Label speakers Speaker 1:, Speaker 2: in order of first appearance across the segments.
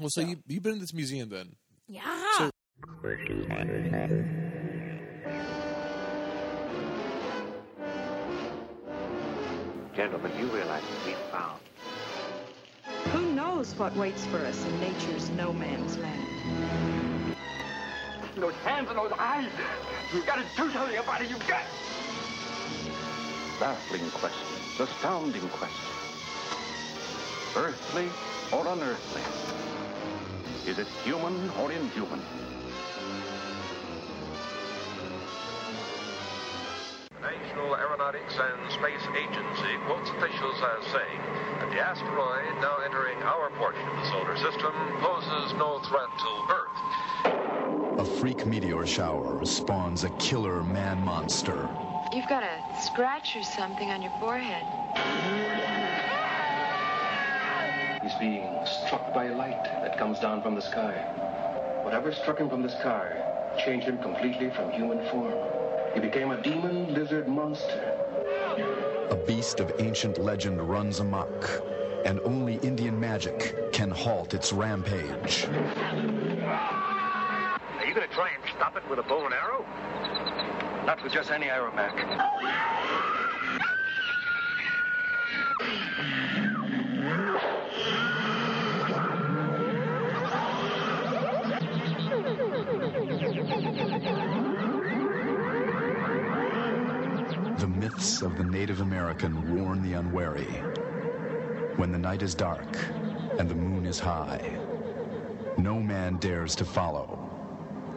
Speaker 1: Well, so, you you've been in this museum then?
Speaker 2: Yeah.
Speaker 1: So-
Speaker 3: Gentlemen, you realize that we found
Speaker 4: Who knows what waits for us in nature's no man's land?
Speaker 5: those hands and those eyes. You've got to do something about it. You've got.
Speaker 3: baffling questions, astounding questions. Earthly or unearthly? Is it human or inhuman?
Speaker 6: The National Aeronautics and Space Agency quotes officials as saying that the asteroid now entering our portion of the solar system poses no threat to Earth.
Speaker 7: A freak meteor shower spawns a killer man monster.
Speaker 8: You've got a scratch or something on your forehead.
Speaker 5: He's being struck by a light that comes down from the sky. Whatever struck him from the sky changed him completely from human form. He became a demon lizard monster.
Speaker 7: A beast of ancient legend runs amok, and only Indian magic can halt its rampage.
Speaker 5: Are you going to try and stop it with a bow and arrow? Not with just any arrow, Mac.
Speaker 7: The myths of the Native American warn the unwary. When the night is dark and the moon is high, no man dares to follow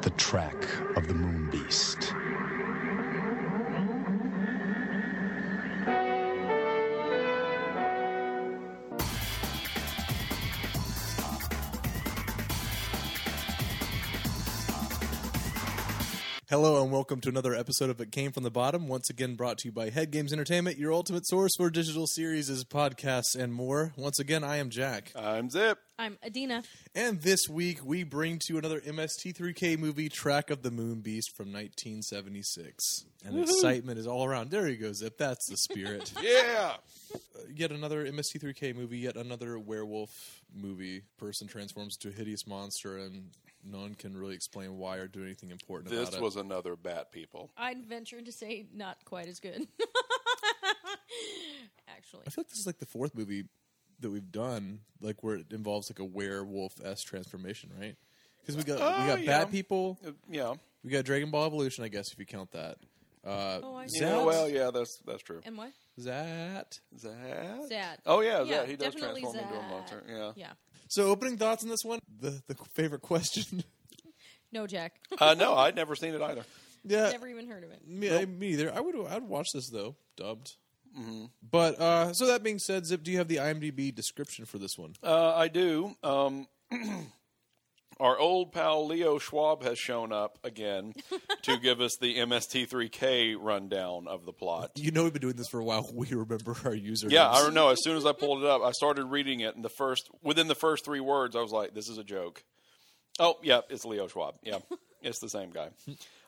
Speaker 7: the track of the moon beast.
Speaker 1: Hello and welcome to another episode of It Came From The Bottom, once again brought to you by Head Games Entertainment, your ultimate source for digital series, podcasts, and more. Once again, I am Jack.
Speaker 9: I'm Zip.
Speaker 2: I'm Adina.
Speaker 1: And this week, we bring to you another MST3K movie, Track of the Moon Beast from 1976. And excitement is all around. There you go, Zip. That's the spirit.
Speaker 9: Yeah.
Speaker 1: yet another MST3K movie, yet another werewolf movie. Person transforms into a hideous monster, and no one can really explain why or do anything important about
Speaker 9: This
Speaker 1: it.
Speaker 9: was another Bat People.
Speaker 2: I'd venture to say not quite as good. Actually.
Speaker 1: I feel like this is like the fourth movie that we've done, like where it involves like a werewolf s transformation, right? Because we got we
Speaker 9: Uh,
Speaker 1: got
Speaker 9: yeah.
Speaker 1: bad people,
Speaker 9: Uh, Yeah.
Speaker 1: we got Dragon Ball Evolution, I guess if you count that. Uh,
Speaker 2: Oh, I see.
Speaker 1: Zat,
Speaker 9: Yeah, well, yeah, that's that's true.
Speaker 2: And what?
Speaker 1: Zat.
Speaker 9: Zat.
Speaker 2: Zat.
Speaker 9: Oh yeah,
Speaker 2: Yeah,
Speaker 9: Zat. He does
Speaker 2: definitely
Speaker 9: transform into a
Speaker 2: Zat.
Speaker 9: monster. Yeah.
Speaker 2: Yeah.
Speaker 1: So opening thoughts on this one. The the favorite question.
Speaker 2: No, Jack.
Speaker 9: Uh, no, I'd never seen it either.
Speaker 1: yeah,
Speaker 2: Never even heard of it.
Speaker 1: me, I- me either. I would I'd watch this though dubbed.
Speaker 9: Mm-hmm.
Speaker 1: But uh, so that being said, Zip, do you have the IMDb description for this one?
Speaker 9: Uh, I do. Um, our old pal Leo Schwab has shown up again to give us the MST3K rundown of the plot.
Speaker 1: you know we've been doing this for a while. We remember our usernames.
Speaker 9: Yeah, I don't know. As soon as I pulled it up, I started reading it, and the first within the first three words, I was like, "This is a joke." Oh, yeah, it's Leo Schwab. Yeah, it's the same guy.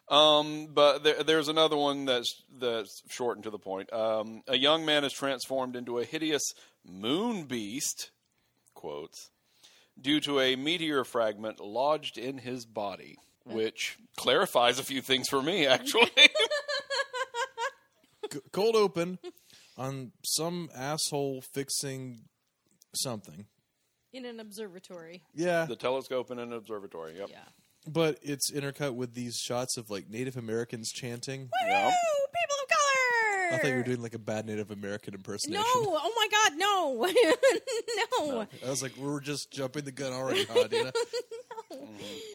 Speaker 9: Um, but there, there's another one that's that's short and to the point. Um, a young man is transformed into a hideous moon beast. Quotes due to a meteor fragment lodged in his body, which clarifies a few things for me. Actually,
Speaker 1: C- cold open on some asshole fixing something.
Speaker 2: In an observatory.
Speaker 1: Yeah,
Speaker 9: the telescope in an observatory. Yep.
Speaker 2: Yeah.
Speaker 1: but it's intercut with these shots of like Native Americans chanting.
Speaker 9: Yeah.
Speaker 2: Oh, people of color!
Speaker 1: I thought you were doing like a bad Native American impersonation.
Speaker 2: No! Oh my god, no! no!
Speaker 1: I was like, we're just jumping the gun already, huh, Dina?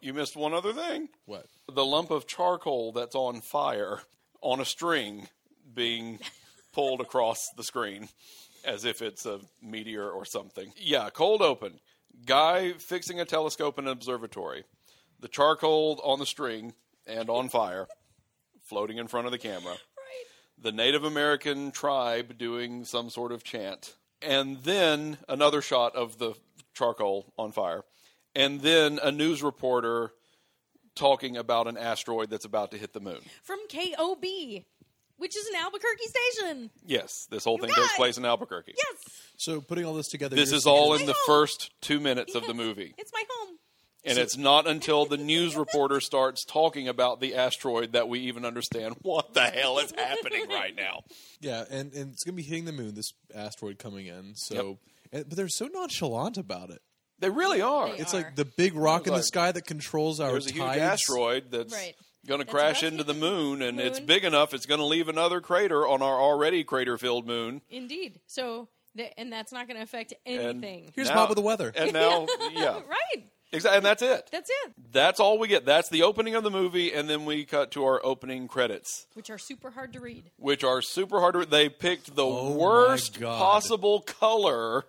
Speaker 9: You missed one other thing.
Speaker 1: What?
Speaker 9: the lump of charcoal that's on fire on a string being pulled across the screen as if it's a meteor or something. Yeah, cold open. Guy fixing a telescope in an observatory. The charcoal on the string and on fire, floating in front of the camera. The Native American tribe doing some sort of chant. And then another shot of the charcoal on fire. And then a news reporter talking about an asteroid that's about to hit the moon.
Speaker 2: From KOB, which is an Albuquerque station!
Speaker 9: Yes, this whole thing
Speaker 2: guys!
Speaker 9: takes place in Albuquerque.
Speaker 2: Yes!
Speaker 1: So putting all this together,
Speaker 9: This
Speaker 1: you're
Speaker 9: is all
Speaker 1: saying-
Speaker 9: in the first two minutes of the movie.
Speaker 2: It's my
Speaker 9: And it's not until the news reporter starts talking about the asteroid that we even understand what the hell is happening right now.
Speaker 1: Yeah, and, and it's gonna be hitting the moon. This asteroid coming in. So, and, but they're so nonchalant about it.
Speaker 9: They really are.
Speaker 2: They
Speaker 1: It's
Speaker 2: are.
Speaker 1: like the big rock in the
Speaker 9: like,
Speaker 1: sky that controls our
Speaker 9: There's a
Speaker 1: tides.
Speaker 9: huge asteroid that's
Speaker 2: Right.
Speaker 9: going to
Speaker 2: That's
Speaker 9: crash
Speaker 2: about
Speaker 9: into
Speaker 2: to
Speaker 9: the
Speaker 2: hit the
Speaker 9: moon, and it's
Speaker 2: moon.
Speaker 9: big enough it's going to leave another crater on our already crater-filled moon.
Speaker 2: Indeed. So, th- and that's not going to affect
Speaker 9: And
Speaker 2: anything.
Speaker 1: Here's
Speaker 9: now-
Speaker 1: Bob with the weather.
Speaker 9: And now, yeah,
Speaker 2: right.
Speaker 9: exactly. And that's it.
Speaker 2: That's it.
Speaker 9: That's all we get. That's the opening of the movie, and then we cut to our opening credits,
Speaker 2: Which are super hard to read.
Speaker 9: which are super hard. to- They picked the
Speaker 1: Oh my
Speaker 9: worst
Speaker 1: God.
Speaker 9: possible color,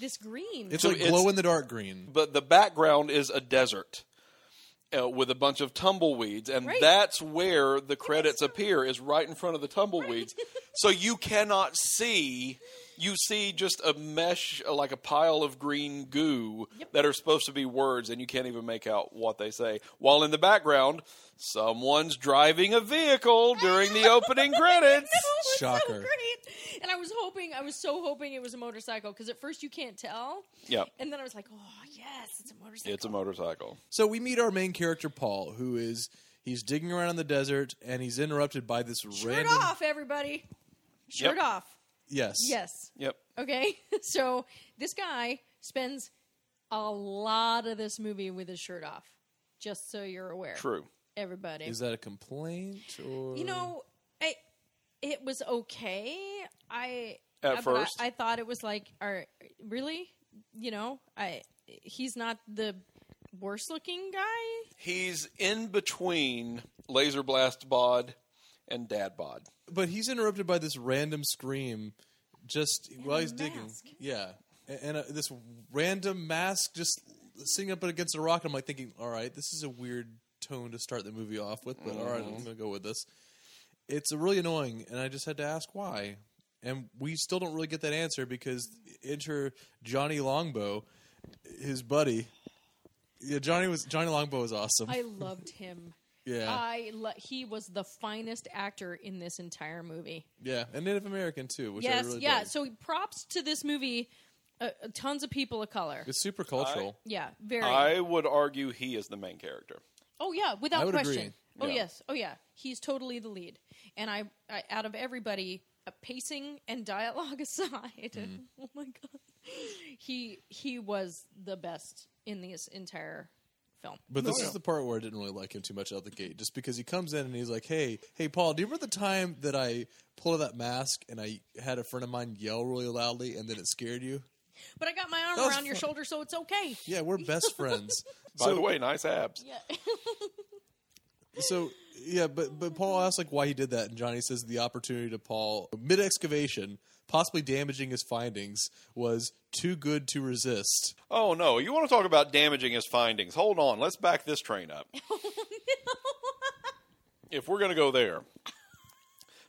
Speaker 2: This green.
Speaker 1: It's
Speaker 9: So
Speaker 1: like
Speaker 9: it's-
Speaker 1: glow in the dark green.
Speaker 9: but the background is a desert. Uh, with a bunch of tumbleweeds, and
Speaker 2: Right.
Speaker 9: that's where the credits appear is right in front of the tumbleweeds. so you cannot see; you see just a mesh, uh, like a pile of green goo that are supposed to be words, and you can't even make out what they say. While in the background, someone's driving a vehicle during the opening credits.
Speaker 2: Oh, It's So
Speaker 1: Shocker.
Speaker 2: great. And I was hoping, I was so hoping it was a motorcycle because at first you can't tell.
Speaker 9: Yep.
Speaker 2: And then I was like, oh, yes, it's a motorcycle.
Speaker 9: It's a motorcycle.
Speaker 1: So we meet our main character Paul, who is he's digging around in the desert, and he's interrupted by this
Speaker 2: Shirt
Speaker 1: random.
Speaker 2: off, everybody. Shirt
Speaker 9: Yep.
Speaker 2: off.
Speaker 1: Yes.
Speaker 2: Yes.
Speaker 9: Yep.
Speaker 2: Okay. So this guy spends a lot of this movie with his shirt off, just so you're aware.
Speaker 9: True.
Speaker 2: Everybody.
Speaker 1: Is that a complaint or
Speaker 2: you know, I, it was okay. I uh,
Speaker 9: At
Speaker 2: but
Speaker 9: first?
Speaker 2: I, I thought it was like, are really? You know, I he's not the worst looking guy.
Speaker 9: He's in between Laser Blast Bod and Dad Bod.
Speaker 1: But he's interrupted by this random scream, just while
Speaker 2: a
Speaker 1: he's digging.
Speaker 2: mask.
Speaker 1: Yeah, and, and uh, this random mask just sitting up against a rock. I'm like thinking, all right, this is a weird tone to start the movie off with, but all right, I'm gonna go with this. It's really annoying, and I just had to ask why. And we still don't really get that answer because enter Johnny Longbow, his buddy. Yeah, Johnny was Johnny Longbow was awesome.
Speaker 2: I uh, loved him.
Speaker 1: yeah,
Speaker 2: I lo- he was the finest actor in this entire movie.
Speaker 1: yeah, and Native American too, which
Speaker 2: yes,
Speaker 1: I really
Speaker 2: yeah.
Speaker 1: dug.
Speaker 2: So props to this movie. Uh, tons of people of color.
Speaker 1: It's super cultural.
Speaker 2: Yeah, very.
Speaker 9: I would argue he is the main character.
Speaker 2: oh yeah,
Speaker 1: I
Speaker 2: without
Speaker 1: would agree.
Speaker 2: question. Oh
Speaker 9: Yeah.
Speaker 2: yes, oh yeah. He's totally the lead. And I, I out of everybody, uh, pacing and dialogue aside,
Speaker 1: Mm-hmm.
Speaker 2: oh my god, he he was the best in this entire film.
Speaker 1: But this is the part where I didn't really like him too much out the gate, just because he comes in and he's like, "Hey, hey, Paul, do you remember the time that I pulled out that mask and I had a friend of mine yell really loudly and then it scared you?"
Speaker 2: But I got my arm
Speaker 1: That was
Speaker 2: around your
Speaker 1: fun.
Speaker 2: shoulder, so it's okay.
Speaker 1: Yeah, we're best friends.
Speaker 9: By the way, nice abs.
Speaker 1: So yeah, but but Paul asks like why he did that, and Johnny says the opportunity to Paul mid excavation, possibly damaging his findings, was too good to resist.
Speaker 9: Oh no, you want to talk about damaging his findings? Hold on, let's back this train up.
Speaker 1: Mm-hmm.
Speaker 9: If we're going to go there,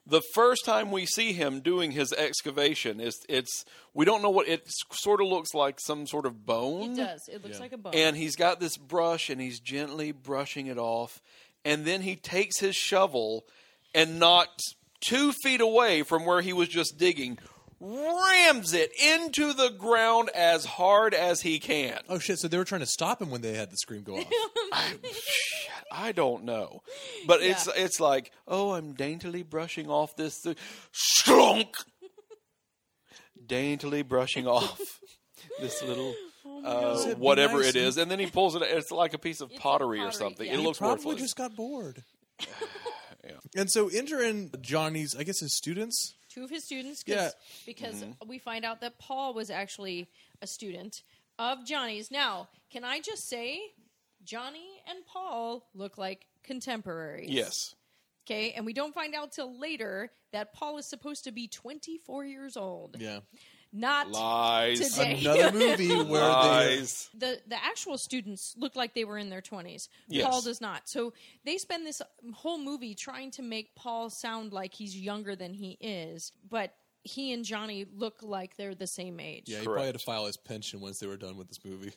Speaker 9: the first time we see him doing his excavation is it's we don't know what it sort of looks like some sort of bone.
Speaker 2: It does. It looks like a bone.
Speaker 9: And he's got this brush and he's gently brushing it off. And then he takes his shovel and not two feet away from where he was just digging, rams it into the ground as hard as he can.
Speaker 1: Oh shit! So they were trying to stop him when they had the scream go off.
Speaker 9: I don't know. But it's it's like, oh, I'm daintily brushing off this th- shrunk. daintily brushing off this little uh,
Speaker 1: It'd be
Speaker 9: whatever
Speaker 1: nice
Speaker 9: it is, and then he pulls it. It's like a piece of pottery, or
Speaker 2: pottery,
Speaker 9: something.
Speaker 2: yeah.
Speaker 9: It
Speaker 2: He
Speaker 9: looks
Speaker 1: probably
Speaker 9: worthless.
Speaker 1: just got bored. And so enter in Johnny's, I guess his students.
Speaker 2: two of his students 'cause-
Speaker 1: Yeah.
Speaker 2: because
Speaker 9: Mm-hmm.
Speaker 2: we find out that Paul was actually a student of Johnny's. Now, can I just say Johnny and Paul look like contemporaries?
Speaker 9: Yes.
Speaker 2: Okay, and we don't find out till later that Paul is supposed to be 24 years old.
Speaker 1: Yeah.
Speaker 2: Not
Speaker 9: Lies.
Speaker 2: today.
Speaker 1: Another movie where they
Speaker 9: Lies.
Speaker 2: the the actual students look like they were in their 20s.
Speaker 9: Yes.
Speaker 2: Paul does not. So they spend this whole movie trying to make Paul sound like he's younger than he is, but he and Johnny look like they're the same age.
Speaker 1: Yeah, he probably had to file his pension once they were done with this movie.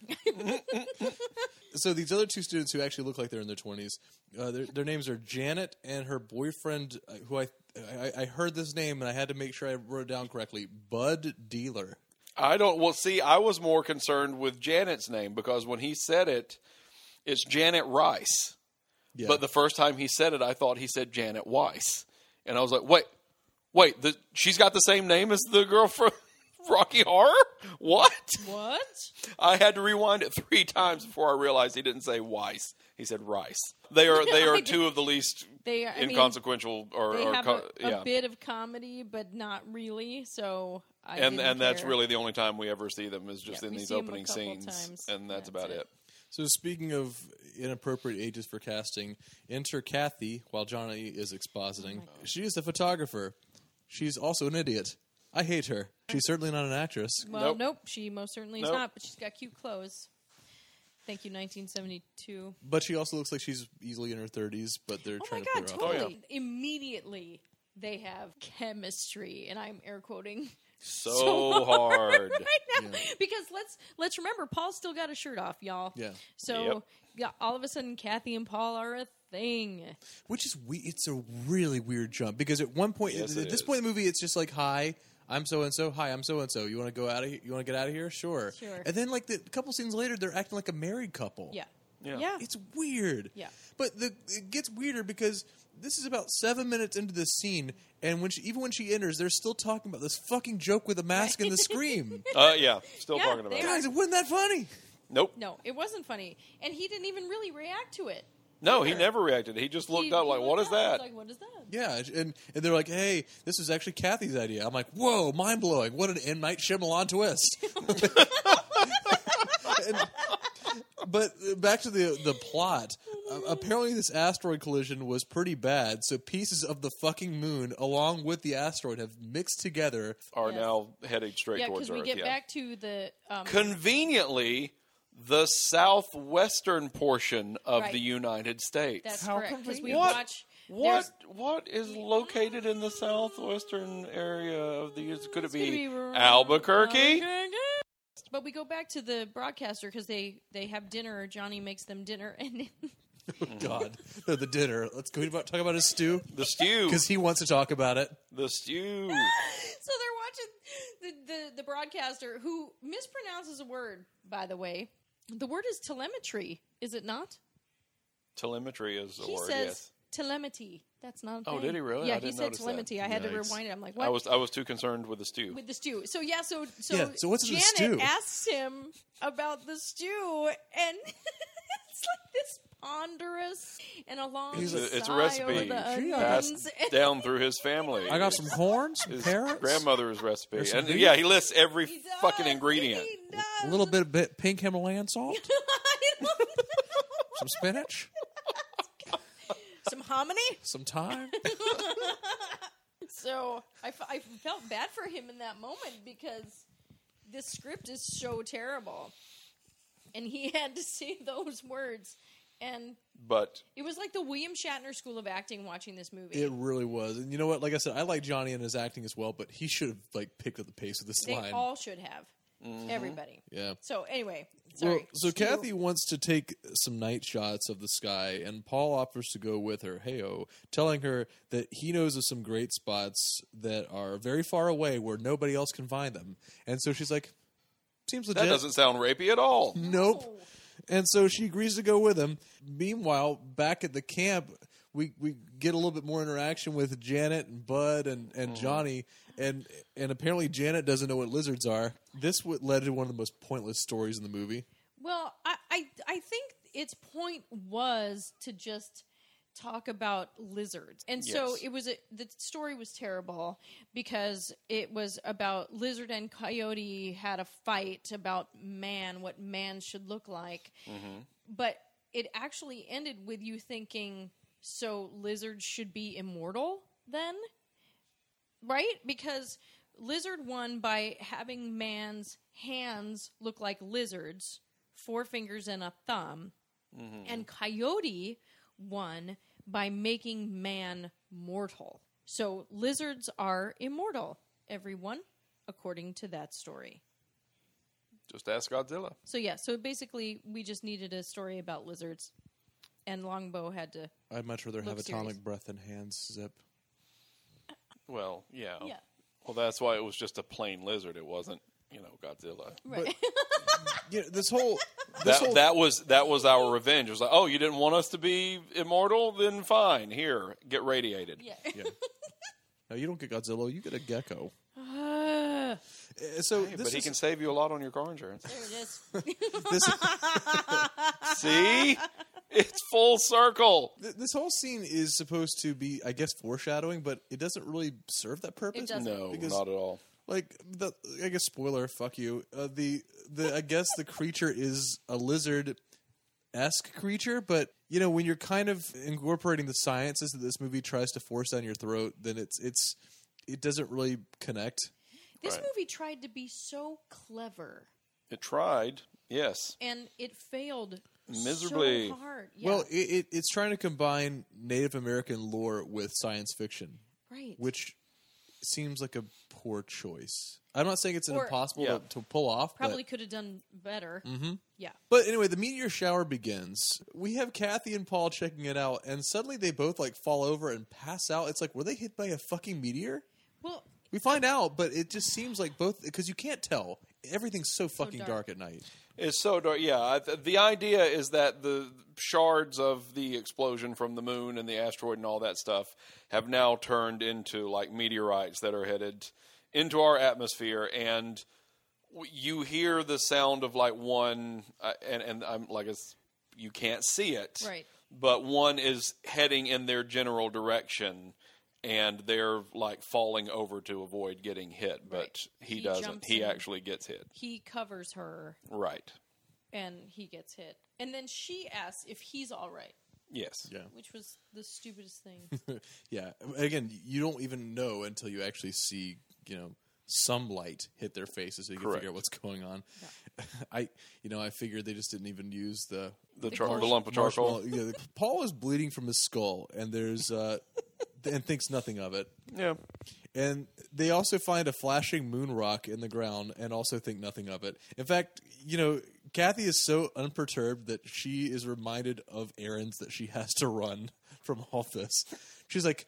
Speaker 1: so these other two students who actually look like they're in their twenties, uh, their, their names are Janet and her boyfriend, uh, who I, I I heard this name and I had to make sure I wrote it down correctly. Bud Dealer.
Speaker 9: I don't. Well, see, I was more concerned with Janet's name because when he said it, It's Janet Rice.
Speaker 1: Yeah.
Speaker 9: But the first time he said it, I thought he said Janet Weiss, and I was like, wait, wait, the, she's got the same name as the girl from Rocky Horror. What?
Speaker 2: What?
Speaker 9: I had to rewind it three times before I realized he didn't say Weiss. He said Rice. They are they are two of the least
Speaker 2: They are- I mean,
Speaker 9: inconsequential or,
Speaker 2: They
Speaker 9: or
Speaker 2: have
Speaker 9: co-
Speaker 2: a, a
Speaker 9: yeah.
Speaker 2: bit of comedy, but not really. So I
Speaker 9: and
Speaker 2: didn't
Speaker 9: and that's
Speaker 2: care.
Speaker 9: really the only time we ever see them is just
Speaker 2: Yeah,
Speaker 9: in
Speaker 2: we
Speaker 9: these
Speaker 2: see 'em a
Speaker 9: opening
Speaker 2: couple
Speaker 9: scenes,
Speaker 2: times,
Speaker 9: and that's,
Speaker 2: that's
Speaker 9: about
Speaker 2: it.
Speaker 9: it.
Speaker 1: So speaking of inappropriate ages for casting, enter Kathy while Johnny is expositing. she is a photographer. She's also an idiot. I hate her. She's certainly not an actress.
Speaker 2: well.
Speaker 9: Nope.
Speaker 2: Nope. She most certainly
Speaker 9: Nope.
Speaker 2: is not. But she's got cute clothes. Thank you, 1972.
Speaker 1: But she also looks like she's easily in her thirties, but they're
Speaker 2: Oh my
Speaker 1: trying to
Speaker 2: god!
Speaker 1: put her off.
Speaker 9: yeah.
Speaker 2: Totally. Immediately they have chemistry, and I'm air quoting
Speaker 9: So,
Speaker 2: So
Speaker 9: hard.
Speaker 2: right now because let's let's remember Paul's still got his shirt off, y'all.
Speaker 1: Yeah.
Speaker 2: So
Speaker 9: Yep.
Speaker 2: yeah, all of a sudden Kathy and Paul are a thing.
Speaker 1: Which is we it's a really weird jump because at one point
Speaker 9: Yes,
Speaker 1: at
Speaker 9: it
Speaker 1: this
Speaker 9: is.
Speaker 1: point in the movie it's just like hi, I'm so and so, hi, I'm so and so. You wanna go out of here you wanna get out of here? Sure.
Speaker 2: Sure.
Speaker 1: And then like the a couple scenes later they're acting like a married couple.
Speaker 2: Yeah.
Speaker 9: Yeah.
Speaker 1: It's weird.
Speaker 2: Yeah.
Speaker 1: But the it gets weirder because this is about seven minutes into this scene, and when she, even when she enters, they're still talking about this fucking joke with the mask and the scream.
Speaker 9: Uh, yeah, still
Speaker 2: Yeah,
Speaker 9: talking about
Speaker 2: they
Speaker 9: it.
Speaker 2: are.
Speaker 1: Guys, it wasn't that funny.
Speaker 9: Nope.
Speaker 2: No, it wasn't funny, and he didn't even really react to it.
Speaker 9: No, he never reacted. He just looked
Speaker 2: He-
Speaker 9: up
Speaker 2: he
Speaker 9: like, "What is
Speaker 2: looked up,
Speaker 9: that?"
Speaker 2: he's Like, what is that?
Speaker 1: Yeah, and and they're like, "Hey, this is actually Kathy's idea." I'm like, "Whoa, mind blowing! What an M Night Shyamalan twist!" And- but uh, back to the the plot. Uh, apparently, this asteroid collision was pretty bad, so pieces of the fucking moon, along with the asteroid, have mixed together.
Speaker 9: Are
Speaker 2: Yes.
Speaker 9: now heading straight
Speaker 2: Yeah,
Speaker 9: towards
Speaker 2: because we
Speaker 9: Earth.
Speaker 2: get
Speaker 9: yeah.
Speaker 2: back to the um,
Speaker 9: Conveniently, the southwestern portion of
Speaker 2: Right.
Speaker 9: the United States.
Speaker 2: that's correct because we
Speaker 9: What?
Speaker 2: watch
Speaker 9: What what is located in the southwestern area of the U.S.? Could it
Speaker 2: there's
Speaker 9: be
Speaker 2: gonna be-
Speaker 9: Albuquerque?
Speaker 2: But we go back to the broadcaster because they they have dinner. Johnny makes them dinner, and
Speaker 1: Oh, God, No, the dinner. Let's go about, talk about his stew
Speaker 9: The stew.
Speaker 1: because he wants to talk about it.
Speaker 9: The stew.
Speaker 2: so they're watching the, the the broadcaster who mispronounces a word. By the way, the word is telemetry. Is it not?
Speaker 9: Telemetry is the
Speaker 2: he
Speaker 9: word.
Speaker 2: says
Speaker 9: yes.
Speaker 2: telemetry. That's not. A
Speaker 9: Oh,
Speaker 2: thing.
Speaker 9: did he really?
Speaker 2: Yeah,
Speaker 9: I
Speaker 2: he
Speaker 9: didn't
Speaker 2: said
Speaker 9: notice that.
Speaker 2: telemetry. I had to
Speaker 9: Yikes.
Speaker 2: rewind it. I'm like, what?
Speaker 9: I was I was too concerned with the stew.
Speaker 2: with the stew. So yeah, so so,
Speaker 1: Yeah, so what's in the
Speaker 2: Janet
Speaker 1: stew?
Speaker 2: asks him about the stew, and it's like this ponderous and a long
Speaker 1: He's
Speaker 9: a- it's a
Speaker 2: sigh
Speaker 9: recipe.
Speaker 2: over the
Speaker 1: Gee, I-
Speaker 2: onions.
Speaker 9: Down through his family.
Speaker 1: I got some horns, some
Speaker 9: his
Speaker 1: carrots,
Speaker 9: grandmother's recipe,
Speaker 1: There's some
Speaker 9: and
Speaker 1: beef.
Speaker 9: yeah, he lists every
Speaker 2: He does,
Speaker 9: fucking ingredient.
Speaker 2: he does.
Speaker 1: a little bit of bit pink Himalayan salt, some spinach,
Speaker 2: Some hominy.
Speaker 1: some thyme.
Speaker 2: So I, f- I felt bad for him in that moment because this script is so terrible, and he had to say those words, and
Speaker 9: But
Speaker 2: it was like the William Shatner School of Acting watching this movie.
Speaker 1: It really was, and you know what? Like I said, I like Johnny and his acting as well, but he should have like picked up the pace with this
Speaker 2: They
Speaker 1: line.
Speaker 2: all should have. Everybody.
Speaker 1: Mm-hmm. yeah.
Speaker 2: So anyway,
Speaker 1: Well,
Speaker 2: sorry.
Speaker 1: so
Speaker 2: Stew.
Speaker 1: Kathy wants to take some night shots of the sky, and Paul offers to go with her. Heyo, telling her that he knows of some great spots that are very far away where nobody else can find them. And so she's like, "Seems legit." Mm-hmm.
Speaker 9: that doesn't sound rapey at all.
Speaker 1: Nope.
Speaker 2: Oh.
Speaker 1: And so she agrees to go with him. Meanwhile, back at the camp, we, we get a little bit more interaction with Janet and Bud and, and
Speaker 9: Mm-hmm.
Speaker 1: Johnny. And and apparently Janet doesn't know what lizards are. This would led to one of the most pointless stories in the movie.
Speaker 2: Well, I, I I think its point was to just talk about lizards. And so
Speaker 9: Yes.
Speaker 2: it was a, the story was terrible because it was about lizard and coyote had a fight about man, what man should look like. But it actually ended with you thinking so lizards should be immortal then? right? Because lizard won by having man's hands look like lizards, four fingers and a thumb, and coyote won by making man mortal. So lizards are immortal, everyone, according to that story.
Speaker 9: Just ask Godzilla.
Speaker 2: So yeah, so basically we just needed a story about lizards. And Longbow had to
Speaker 1: I'd much rather have
Speaker 2: Look
Speaker 1: atomic
Speaker 2: serious.
Speaker 1: breath and hands zip.
Speaker 9: Well, yeah.
Speaker 2: Yeah.
Speaker 9: Well, that's why it was just a plain lizard. It wasn't, you know, Godzilla.
Speaker 2: Right.
Speaker 1: you know, this whole this
Speaker 9: That,
Speaker 1: whole
Speaker 9: that was that was our revenge. It was like, oh, you didn't want us to be immortal? Then fine. Here, get radiated.
Speaker 2: Yeah.
Speaker 1: Yeah. No, you don't get Godzilla. You get a gecko.
Speaker 2: Uh,
Speaker 1: Uh, So
Speaker 9: Hey,
Speaker 1: this
Speaker 9: but he
Speaker 1: is-
Speaker 9: can save you a lot on your car insurance.
Speaker 2: there it is.
Speaker 1: this,
Speaker 9: See, it's full circle.
Speaker 1: th- this whole scene is supposed to be, I guess, foreshadowing, but it doesn't really serve that purpose.
Speaker 2: doesn't.
Speaker 9: No,
Speaker 1: Because-
Speaker 9: not at all.
Speaker 1: Like the, I guess, spoiler. Fuck you. Uh, the the I guess the creature is a lizard esque creature, but you know when you're kind of incorporating the sciences that this movie tries to force down your throat, then it's it's it doesn't really connect.
Speaker 2: This
Speaker 9: Right.
Speaker 2: movie tried to be so clever
Speaker 9: It tried, yes.
Speaker 2: and it failed
Speaker 9: Miserably.
Speaker 2: So hard. Yeah,
Speaker 1: Well, it, it, it's trying to combine Native American lore with science fiction,
Speaker 2: right.
Speaker 1: which seems like a poor choice. I'm not saying it's an
Speaker 2: Or-
Speaker 1: impossible
Speaker 9: Yeah.
Speaker 1: to, to pull off,
Speaker 2: probably
Speaker 1: But,
Speaker 2: could have done better.
Speaker 9: Mm-hmm.
Speaker 2: Yeah.
Speaker 1: but anyway, the meteor shower begins. We have Kathy and Paul checking it out, and suddenly they both like fall over and pass out. It's like were they hit by a fucking meteor?
Speaker 2: Well,
Speaker 1: We find out, but it just seems like both because you can't tell. Everything's so fucking
Speaker 2: dark.
Speaker 1: dark. at night.
Speaker 9: It's so dark. Yeah, I- th- the idea is that the shards of the explosion from the moon and the asteroid and all that stuff have now turned into like meteorites that are headed into our atmosphere and w- you hear the sound of like one uh, and and I'm like it's you can't see it.
Speaker 2: Right.
Speaker 9: But one is heading in their general direction and they're like falling over to avoid getting hit, but
Speaker 2: Right.
Speaker 9: he,
Speaker 2: He
Speaker 9: doesn't.
Speaker 2: jumps
Speaker 9: He
Speaker 2: in.
Speaker 9: actually gets hit.
Speaker 2: he covers her
Speaker 9: Right.
Speaker 2: and he gets hit. And then she asks if he's all right,
Speaker 9: Yes.
Speaker 1: Yeah.
Speaker 2: which was the stupidest thing.
Speaker 1: Yeah. Again, you don't even know until you actually see, you know, some light hit their faces so you can
Speaker 9: Correct.
Speaker 1: figure out what's going on. I, you know, I figured they just didn't even use the
Speaker 9: the,
Speaker 2: The
Speaker 9: char-
Speaker 2: course.
Speaker 9: the lump of charcoal.
Speaker 1: marshmallow- Yeah, the- Paul is bleeding from his skull, and there's uh, and thinks nothing of it.
Speaker 9: Yeah,
Speaker 1: And they also find a flashing moon rock in the ground and also think nothing of it. In fact, you know, Kathy is so unperturbed that she is reminded of errands that she has to run from all this. She's like,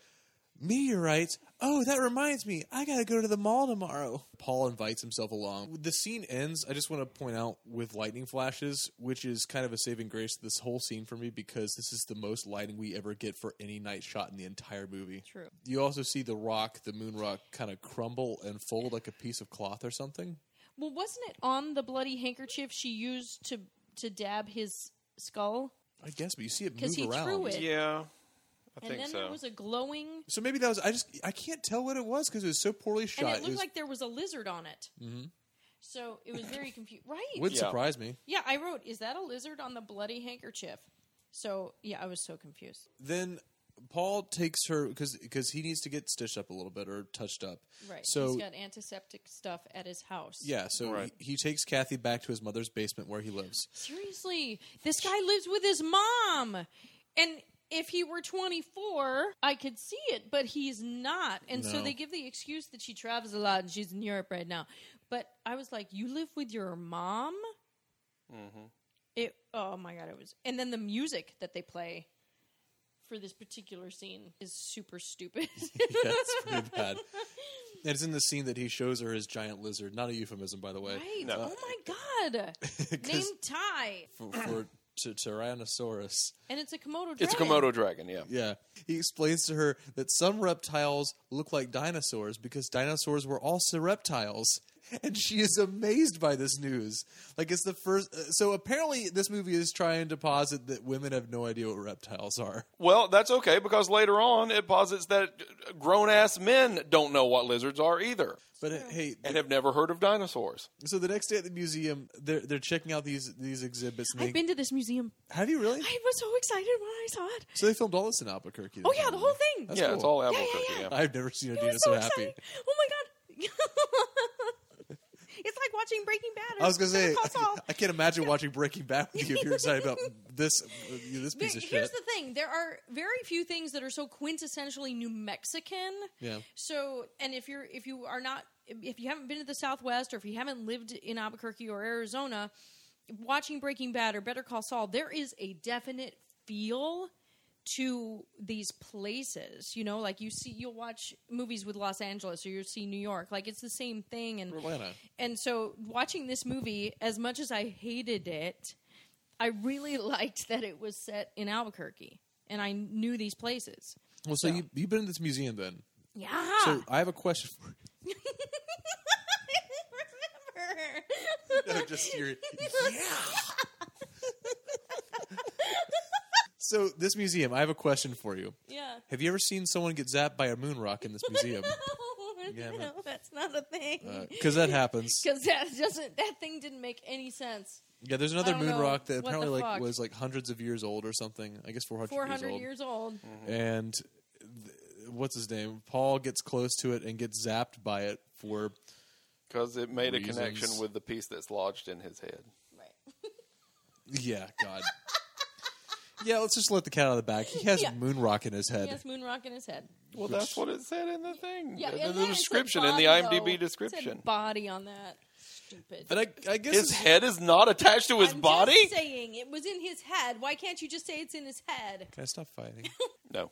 Speaker 1: Meteorites? Oh, that reminds me. I got to go to the mall tomorrow. Paul invites himself along. The scene ends, I just want to point out, with lightning flashes, which is kind of a saving grace to this whole scene for me because this is the most lighting we ever get for any night shot in the entire movie
Speaker 2: True.
Speaker 1: you also see the rock, the moon rock, kind of crumble and fold like a piece of cloth or something.
Speaker 2: Well, wasn't it on the bloody handkerchief she used to to dab his skull?
Speaker 1: I guess, but you see it move
Speaker 2: 'Cause he
Speaker 1: around.
Speaker 2: threw it.
Speaker 9: yeah, I
Speaker 2: and
Speaker 9: think
Speaker 2: then
Speaker 9: so.
Speaker 2: there was a glowing,
Speaker 1: So maybe that was. I just I can't tell what it was because it was so poorly shot.
Speaker 2: and it looked
Speaker 1: was-
Speaker 2: like there was a lizard on it. Mm-hmm. So it was very confusing. Right?
Speaker 1: would
Speaker 9: Yeah.
Speaker 1: surprise me.
Speaker 2: yeah, I wrote, "Is that a lizard on the bloody handkerchief?" So yeah, I was so confused.
Speaker 1: Then Paul takes her because because he needs to get stitched up a little bit or touched up.
Speaker 2: Right.
Speaker 1: So
Speaker 2: He's got antiseptic stuff at his house.
Speaker 1: yeah. So
Speaker 9: Right.
Speaker 1: he, he takes Kathy back to his mother's basement where he lives.
Speaker 2: Seriously, this guy lives with his mom, and if he were 24, I could see it, but he's not. And so
Speaker 1: No.
Speaker 2: they give the excuse that she travels a lot and she's in Europe right now. But I was like, you live with your mom? Mm-hmm. It. Oh my god, it was. And then the music that they play for this particular scene is super stupid.
Speaker 1: yeah, it's pretty bad. And it's in the scene that he shows her his giant lizard. Not a euphemism, by the way.
Speaker 2: right?
Speaker 9: No.
Speaker 2: Oh my god.
Speaker 1: 'Cause-
Speaker 2: Name Ty,
Speaker 1: For, for t- Tyrannosaurus.
Speaker 2: and it's a Komodo.
Speaker 9: it's a
Speaker 2: dragon.
Speaker 9: Komodo dragon. Yeah,
Speaker 1: Yeah. He explains to her that some reptiles look like dinosaurs because dinosaurs were also reptiles. And she is amazed by this news. Like, it's the first. uh, So, apparently, this movie is trying to posit that women have no idea what reptiles are.
Speaker 9: Well, that's okay because later on it posits that grown ass men don't know what lizards are either
Speaker 1: But uh, hey,
Speaker 9: and have never heard of dinosaurs.
Speaker 1: so the next day at the museum, they're, they're checking out these, these exhibits. And they,
Speaker 2: I've been to this museum.
Speaker 1: have you really?
Speaker 2: I was so excited when I saw it.
Speaker 1: so, they filmed all this in Albuquerque.
Speaker 2: Oh yeah, the whole thing.
Speaker 1: That's
Speaker 9: yeah,
Speaker 1: cool.
Speaker 9: it's all
Speaker 2: Yeah, yeah,
Speaker 9: Albuquerque. Yeah,
Speaker 2: yeah.
Speaker 1: I've never seen
Speaker 2: I
Speaker 1: Adina
Speaker 2: was
Speaker 1: so
Speaker 2: so
Speaker 1: happy.
Speaker 2: excited. Oh my god. it's like watching Breaking Bad.
Speaker 1: I was gonna say,
Speaker 2: Better Call Saul.
Speaker 1: I can't imagine watching Breaking Bad with you if you're excited about this uh, this
Speaker 2: There-
Speaker 1: piece of
Speaker 2: Here's
Speaker 1: shit.
Speaker 2: the thing: there are very few things that are so quintessentially New Mexican.
Speaker 1: Yeah.
Speaker 2: So, and if you're if you are not if you haven't been to the Southwest or if you haven't lived in Albuquerque or Arizona, watching Breaking Bad or Better Call Saul, there is a definite feel to these places. You know, like you see, you'll watch movies with Los Angeles or you'll see New York. Like it's the same thing. And
Speaker 1: Atlanta.
Speaker 2: and so watching this movie, as much as I hated it, I really liked that it was set in Albuquerque and I knew these places.
Speaker 1: Well, so, you you've been in this museum then.
Speaker 2: Yeah.
Speaker 1: So I have a question for you.
Speaker 2: remember.
Speaker 1: No, just your yeah. so this museum, I have a question for you.
Speaker 2: yeah.
Speaker 1: Have you ever seen someone get zapped by a moon rock in this museum?
Speaker 2: No,
Speaker 1: Yeah,
Speaker 2: Oh, no,
Speaker 1: man.
Speaker 2: that's not a thing.
Speaker 1: Because Uh, that happens.
Speaker 2: Because that doesn't. That thing didn't make any sense.
Speaker 1: Yeah, there's another
Speaker 2: I don't
Speaker 1: moon
Speaker 2: know.
Speaker 1: rock that
Speaker 2: What the
Speaker 1: apparently like
Speaker 2: fuck?
Speaker 1: was like hundreds of years old or something. I guess 400,
Speaker 2: Four hundred
Speaker 1: years old. Mm.
Speaker 2: years old.
Speaker 1: And th- what's his name? Paul gets close to it and gets zapped by it for
Speaker 9: Because it made a
Speaker 1: Reasons.
Speaker 9: connection with the piece that's lodged in his head.
Speaker 2: Right.
Speaker 1: yeah, god. yeah, let's just let the cat out of the bag. He has
Speaker 2: Yeah.
Speaker 1: moon rock in his head.
Speaker 2: He has moon rock in his head.
Speaker 9: Well, that's what it said in the thing.
Speaker 2: Yeah,
Speaker 9: in
Speaker 2: and
Speaker 9: the
Speaker 2: then it said
Speaker 9: description, in the
Speaker 2: body,
Speaker 9: IMDb
Speaker 2: though. It said
Speaker 9: description.
Speaker 2: body on that. Stupid.
Speaker 1: But I, I guess
Speaker 9: His
Speaker 1: it's-
Speaker 9: head is not attached to his
Speaker 2: I'm
Speaker 9: body?
Speaker 2: Just saying it was in his head. Why can't you just say it's in his head?
Speaker 1: Can I stop fighting?
Speaker 9: No.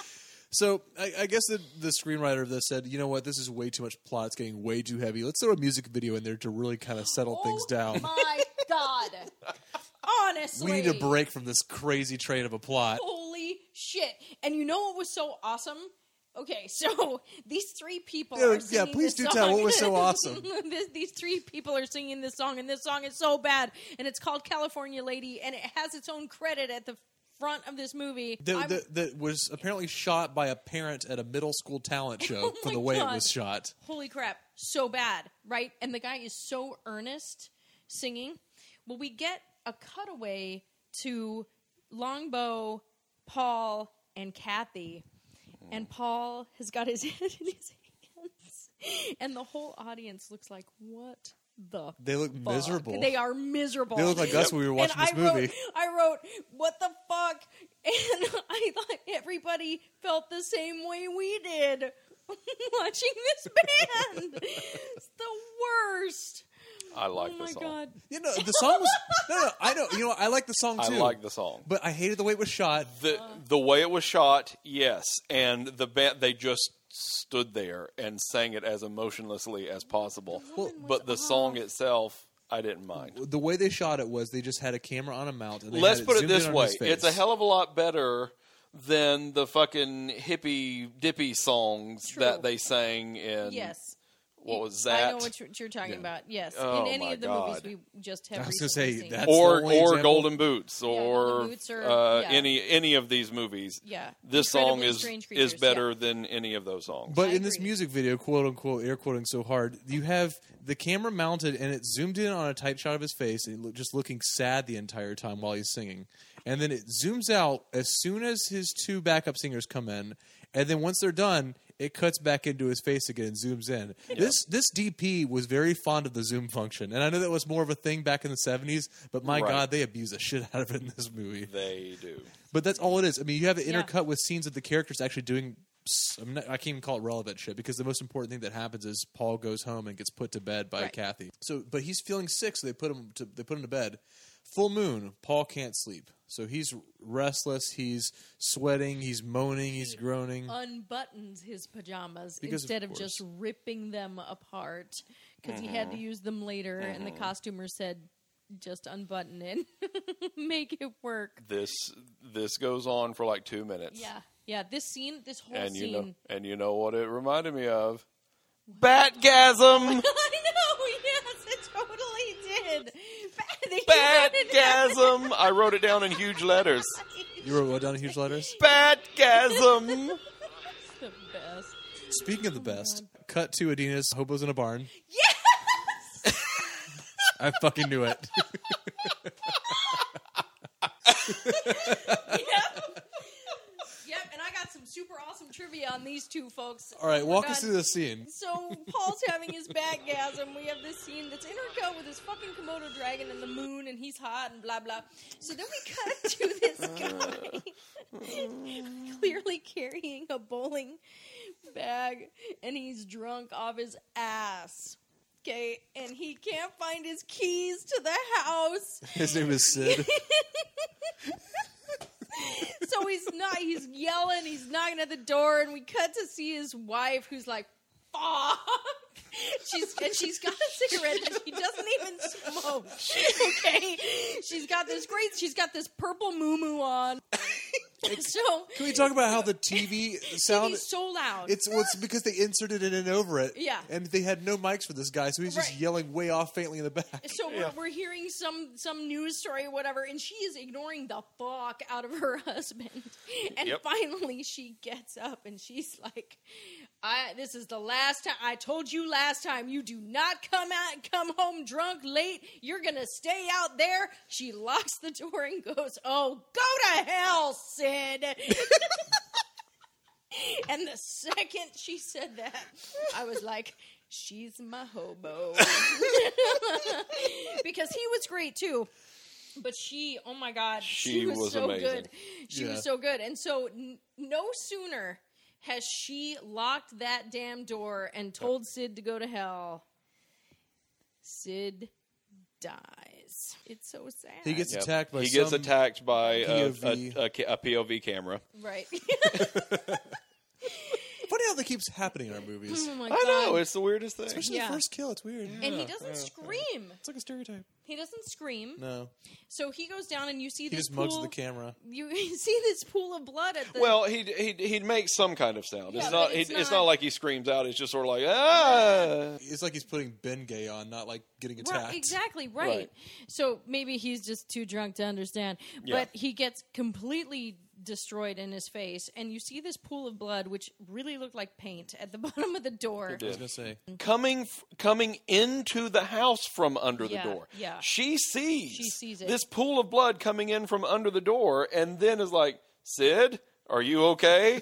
Speaker 1: so I, I guess the, the screenwriter of this said, you know what, this is way too much plot. It's getting way too heavy. Let's throw a music video in there to really kind of settle
Speaker 2: Oh,
Speaker 1: things down.
Speaker 2: My God. Honestly.
Speaker 1: We need a break from this crazy train of a plot.
Speaker 2: Holy shit. And you know what was so awesome? Okay, so these three people
Speaker 1: Yeah,
Speaker 2: are
Speaker 1: yeah,
Speaker 2: singing
Speaker 1: please
Speaker 2: this
Speaker 1: do
Speaker 2: song.
Speaker 1: tell what was so awesome.
Speaker 2: this, these three people are singing this song, and this song is so bad. And it's called California Lady, and it has its own credit at the front of this movie. I'm-
Speaker 1: That, that, that was apparently shot by a parent at a middle school talent show
Speaker 2: Oh
Speaker 1: for
Speaker 2: my
Speaker 1: the way
Speaker 2: God.
Speaker 1: it was shot.
Speaker 2: holy crap, so bad, right? And the guy is so earnest singing. Well, we get a cutaway to Longbow, Paul, and Kathy, and Paul has got his head in his hands, and the whole audience looks like, what the
Speaker 1: They look
Speaker 2: fuck?
Speaker 1: miserable.
Speaker 2: They are miserable.
Speaker 1: They look like us when we were watching
Speaker 2: and
Speaker 1: this
Speaker 2: I
Speaker 1: movie.
Speaker 2: Wrote, I wrote, "What the fuck?" And I thought everybody felt the same way we did watching this band. it's the worst.
Speaker 9: I like
Speaker 2: oh
Speaker 9: the
Speaker 2: my
Speaker 9: song.
Speaker 2: god!
Speaker 1: You know, the song was no, no. I know. You know, I like the song
Speaker 9: I
Speaker 1: too.
Speaker 9: like the song.
Speaker 1: but I hated the way it was shot.
Speaker 9: the the way it was shot, yes, and the band they just stood there and sang it as emotionlessly as possible. but the song itself, I didn't mind.
Speaker 1: The way they shot it was they just had a camera on a mount. And they
Speaker 9: Let's
Speaker 1: had
Speaker 9: put it
Speaker 1: zoomed in
Speaker 9: this
Speaker 1: on
Speaker 9: way:
Speaker 1: his face.
Speaker 9: it's a hell of a lot better than the fucking hippie dippy songs
Speaker 2: True.
Speaker 9: that they sang in
Speaker 2: Yes,
Speaker 9: what was
Speaker 2: I
Speaker 9: that?
Speaker 2: know what you're, you're talking about. Yes,
Speaker 9: Oh
Speaker 2: in any
Speaker 9: my
Speaker 2: of the
Speaker 9: God.
Speaker 2: movies we just have.
Speaker 1: I was gonna
Speaker 2: recently
Speaker 1: say,
Speaker 2: seen.
Speaker 1: that's-
Speaker 9: or
Speaker 1: the only
Speaker 9: or
Speaker 1: example.
Speaker 9: Golden Boots or,
Speaker 2: Golden Boots or-
Speaker 9: uh,
Speaker 2: yeah.
Speaker 9: any any of these movies.
Speaker 2: Yeah.
Speaker 9: This
Speaker 2: Incredibly
Speaker 9: song is
Speaker 2: Strange
Speaker 9: is
Speaker 2: Creatures,
Speaker 9: better
Speaker 2: yeah.
Speaker 9: than any of those songs.
Speaker 1: But
Speaker 2: I
Speaker 1: in this
Speaker 2: agree.
Speaker 1: music video, quote unquote, air quoting so hard, you have the camera mounted and it zoomed in on a tight shot of his face and he look, just looking sad the entire time while he's singing. And then it zooms out as soon as his two backup singers come in. And then once they're done, it cuts back into his face again and zooms in. This this DP was very fond of the zoom function. And I know that was more of a thing back in the 70s, but my
Speaker 9: Right.
Speaker 1: God, they abuse the shit out of it in this movie.
Speaker 9: they do.
Speaker 1: But that's all it is. I mean, you have it
Speaker 2: Yeah.
Speaker 1: intercut with scenes of the characters actually doing. s- I'm not, I can't even call it relevant shit because the most important thing that happens is Paul goes home and gets put to bed by
Speaker 2: Right.
Speaker 1: Kathy. So, but he's feeling sick, so they put him to they put him to bed. Full moon, Paul can't sleep, so he's restless. He's sweating. He's moaning. He's groaning.
Speaker 2: Uh, unbuttons his pajamas
Speaker 1: Because of
Speaker 2: instead of,
Speaker 1: course.
Speaker 2: just ripping them apart because he had to use them later, and the costumer said, "Just unbutton it, make it work."
Speaker 9: This this goes on for like two minutes.
Speaker 2: Yeah, yeah. This scene, this whole
Speaker 9: and you
Speaker 2: scene.
Speaker 9: know and you know what it reminded me of batgasm
Speaker 2: I know. Yes, it totally did. They wanted
Speaker 9: batgasm i wrote it down in huge letters
Speaker 2: everybody-
Speaker 1: You wrote what down in huge letters.
Speaker 9: batgasm
Speaker 2: It's the best.
Speaker 1: Speaking of the best, cut to Adina's hobos in a barn.
Speaker 2: Yes.
Speaker 1: I fucking knew it.
Speaker 2: yep. Yep. And I got some super awesome trivia on these two folks.
Speaker 1: All right,
Speaker 2: We're
Speaker 1: walk us
Speaker 2: done.
Speaker 1: through this scene.
Speaker 2: So Paul's having his backgasm. We have this scene that's intercut with his fucking Komodo dragon and the moon, and he's hot and blah blah. So then we cut to this guy clearly carrying a bowling bag, and he's drunk off his ass. Okay, and he can't find his keys to the house.
Speaker 1: His name is Sid.
Speaker 2: yelling. He's knocking at the door, and we cut to see his wife, who's like, "Fuck." She's and she's got a cigarette that she doesn't even smoke. Okay, she's got this great. She's got this purple moo on. so
Speaker 1: Can we talk about how the TV sound?
Speaker 2: he's so loud.
Speaker 1: It's well, it's because they inserted it in over it.
Speaker 2: Yeah.
Speaker 1: And they had no mics for this guy, so he's just
Speaker 2: Right.
Speaker 1: yelling way off faintly in the back.
Speaker 2: so we're, we're hearing some some news story or whatever and she is ignoring the fuck out of her husband and
Speaker 9: Yep.
Speaker 2: finally she gets up and she's like i this is the last time i told you last time you do not come out come home drunk late you're gonna stay out there she locks the door and goes oh go to hell sid and the second she said that i was like she's my hobo because he was great too. But she, oh my god, she,
Speaker 9: She
Speaker 2: was,
Speaker 9: was
Speaker 2: so
Speaker 9: amazing.
Speaker 2: good. She
Speaker 1: Yeah.
Speaker 2: was so good. And so, n- no sooner has she locked that damn door and told Sid to go to hell, Sid dies. It's so sad.
Speaker 1: He gets
Speaker 9: Yep.
Speaker 1: attacked by
Speaker 9: he gets
Speaker 1: some-
Speaker 9: attacked by a,
Speaker 1: POV.
Speaker 9: a- a ca- a POV camera.
Speaker 2: right.
Speaker 1: Funny how that keeps happening in our movies.
Speaker 2: oh my god.
Speaker 9: I know it's the weirdest thing.
Speaker 1: Especially
Speaker 2: Yeah.
Speaker 1: the first kill, it's weird.
Speaker 2: And he doesn't scream.
Speaker 1: It's like a stereotype.
Speaker 2: He doesn't scream.
Speaker 1: No,
Speaker 2: So he goes down, and you see
Speaker 1: he
Speaker 2: this
Speaker 1: just mugs
Speaker 2: pool.
Speaker 1: the camera.
Speaker 2: You see this pool of blood at the
Speaker 9: Well, he he he'd make some kind of sound.
Speaker 2: Yeah,
Speaker 9: it's
Speaker 2: but
Speaker 9: not
Speaker 2: it's
Speaker 9: it's, it's
Speaker 2: not-
Speaker 9: not like he screams out. It's just sort of like ah.
Speaker 1: It's like he's putting Bengay on, not like getting attacked.
Speaker 2: Right, exactly right.
Speaker 9: Right.
Speaker 2: So maybe he's just too drunk to understand.
Speaker 9: Yeah.
Speaker 2: But he gets completely destroyed in his face, and you see this pool of blood, which really looked like paint, at the bottom of the door.
Speaker 1: I was gonna say
Speaker 9: coming f- coming into the house from under
Speaker 2: Yeah,
Speaker 9: the door.
Speaker 2: yeah.
Speaker 9: She sees
Speaker 2: She sees it.
Speaker 9: this pool of blood coming in from under the door and then is like, "Sid, are you okay?"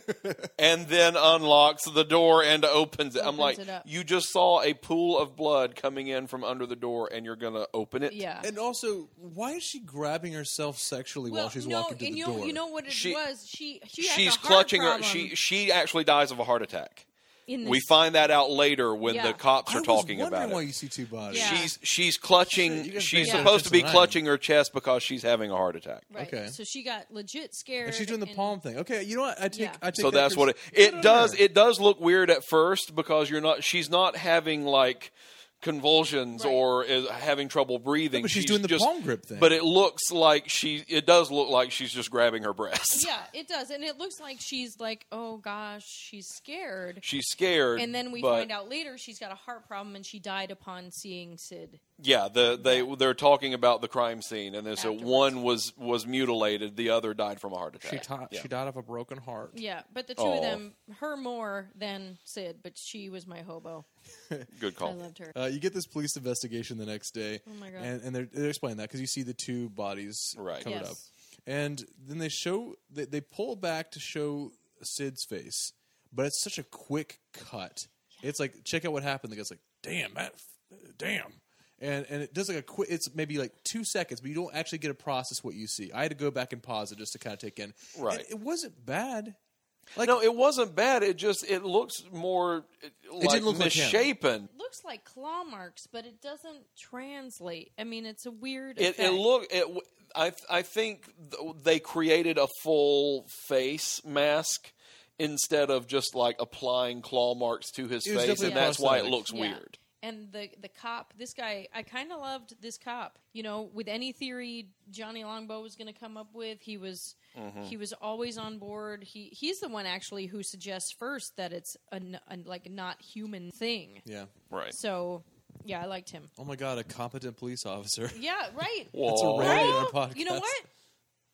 Speaker 9: and then unlocks the door and opens it. I'm
Speaker 2: Opens
Speaker 9: like,
Speaker 2: it up.
Speaker 9: "You just saw a pool of blood coming in from under the door and you're going to open it?"
Speaker 2: Yeah.
Speaker 1: And also, why is she grabbing herself sexually
Speaker 2: well,
Speaker 1: while she's
Speaker 2: no,
Speaker 1: walking to
Speaker 2: and
Speaker 1: the
Speaker 2: you,
Speaker 1: door?
Speaker 2: you know what it
Speaker 9: She-
Speaker 2: was? She, she has
Speaker 9: She's
Speaker 2: a heart
Speaker 9: clutching her
Speaker 2: problem
Speaker 9: she she actually dies of a heart attack.
Speaker 2: in
Speaker 9: We
Speaker 2: this-
Speaker 9: find that out later when
Speaker 2: Yeah.
Speaker 9: the cops
Speaker 1: I
Speaker 9: are
Speaker 1: was
Speaker 9: talking
Speaker 1: wondering
Speaker 9: about
Speaker 1: why
Speaker 9: it.
Speaker 1: you see two bodies.
Speaker 2: Yeah.
Speaker 9: She's she's
Speaker 1: Shit, you
Speaker 9: clutching.
Speaker 1: gotta
Speaker 9: She's
Speaker 1: pay more
Speaker 9: supposed to be
Speaker 1: attention than I am.
Speaker 9: clutching her chest because she's having a heart attack.
Speaker 2: Right.
Speaker 1: Okay.
Speaker 2: So she got legit scared.
Speaker 1: And she's doing the
Speaker 2: and-
Speaker 1: palm thing. Okay, you know what? I take.
Speaker 2: Yeah.
Speaker 1: I take
Speaker 9: So
Speaker 1: that
Speaker 9: that's
Speaker 1: crit-
Speaker 9: what it,
Speaker 1: Good
Speaker 9: it
Speaker 1: on
Speaker 9: does.
Speaker 1: her.
Speaker 9: It does look weird at first because you're not. She's not having like convulsions
Speaker 2: Right.
Speaker 9: or is having trouble breathing.
Speaker 1: but she's doing the
Speaker 9: just,
Speaker 1: palm grip thing.
Speaker 9: But it looks like she. It does look like she's just grabbing her breast.
Speaker 2: Yeah, it does, and it looks like she's like, oh gosh, she's scared.
Speaker 9: She's scared.
Speaker 2: And then we
Speaker 9: but-
Speaker 2: find out later she's got a heart problem and she died upon seeing Sid.
Speaker 9: Yeah, the, they they're talking about the crime scene, and then so
Speaker 2: Afterwards.
Speaker 9: one was was mutilated, the other died from a heart attack.
Speaker 1: She, ta-
Speaker 9: Yeah.
Speaker 1: she died of a broken heart.
Speaker 2: Yeah, but the two
Speaker 9: Aw.
Speaker 2: of them, her more than Sid, but she was my hobo.
Speaker 9: Good
Speaker 2: I
Speaker 9: call.
Speaker 2: loved her.
Speaker 1: Uh, you get this police investigation the next day. Oh
Speaker 2: my God.
Speaker 1: And, and they're, they're explaining that because you see the two bodies
Speaker 9: Right.
Speaker 1: covered
Speaker 2: Yes.
Speaker 1: up, and then they show they, they pull back to show Sid's face, but it's such a quick cut. It's like check out what happened. The guy's like, "Damn that, f- damn." And, and it does like a quick. It's maybe like two seconds, but you don't actually get to process what you see. I had to go back and pause it just to kind of take in. And
Speaker 9: Right.
Speaker 1: it wasn't bad. Like
Speaker 9: no, it wasn't bad. It just it looks more it, like
Speaker 1: didn't look like him.
Speaker 9: misshapen.
Speaker 2: Looks like claw marks, but it doesn't translate. I mean, it's a weird.
Speaker 9: it it
Speaker 2: effect.
Speaker 9: look it. w- I I think th- they created a full face mask instead of just like applying claw marks to his
Speaker 1: It was
Speaker 9: face,
Speaker 1: definitely
Speaker 9: and that's why it
Speaker 1: prosthetic.
Speaker 9: looks
Speaker 2: Yeah.
Speaker 9: weird.
Speaker 2: And the the cop, this guy, I kind of loved this cop. You know, with any theory Johnny Longbow was going to come up with, he was
Speaker 9: Mm-hmm.
Speaker 2: he was always on board. He he's the one actually who suggests first that it's a, n- a like not human thing.
Speaker 1: yeah.
Speaker 9: Right.
Speaker 2: So, yeah, I liked him.
Speaker 1: Oh my god, a competent police officer.
Speaker 2: Yeah, right.
Speaker 1: That's a
Speaker 9: Whoa.
Speaker 1: rarity in our
Speaker 2: Well,
Speaker 1: podcast.
Speaker 2: You know what?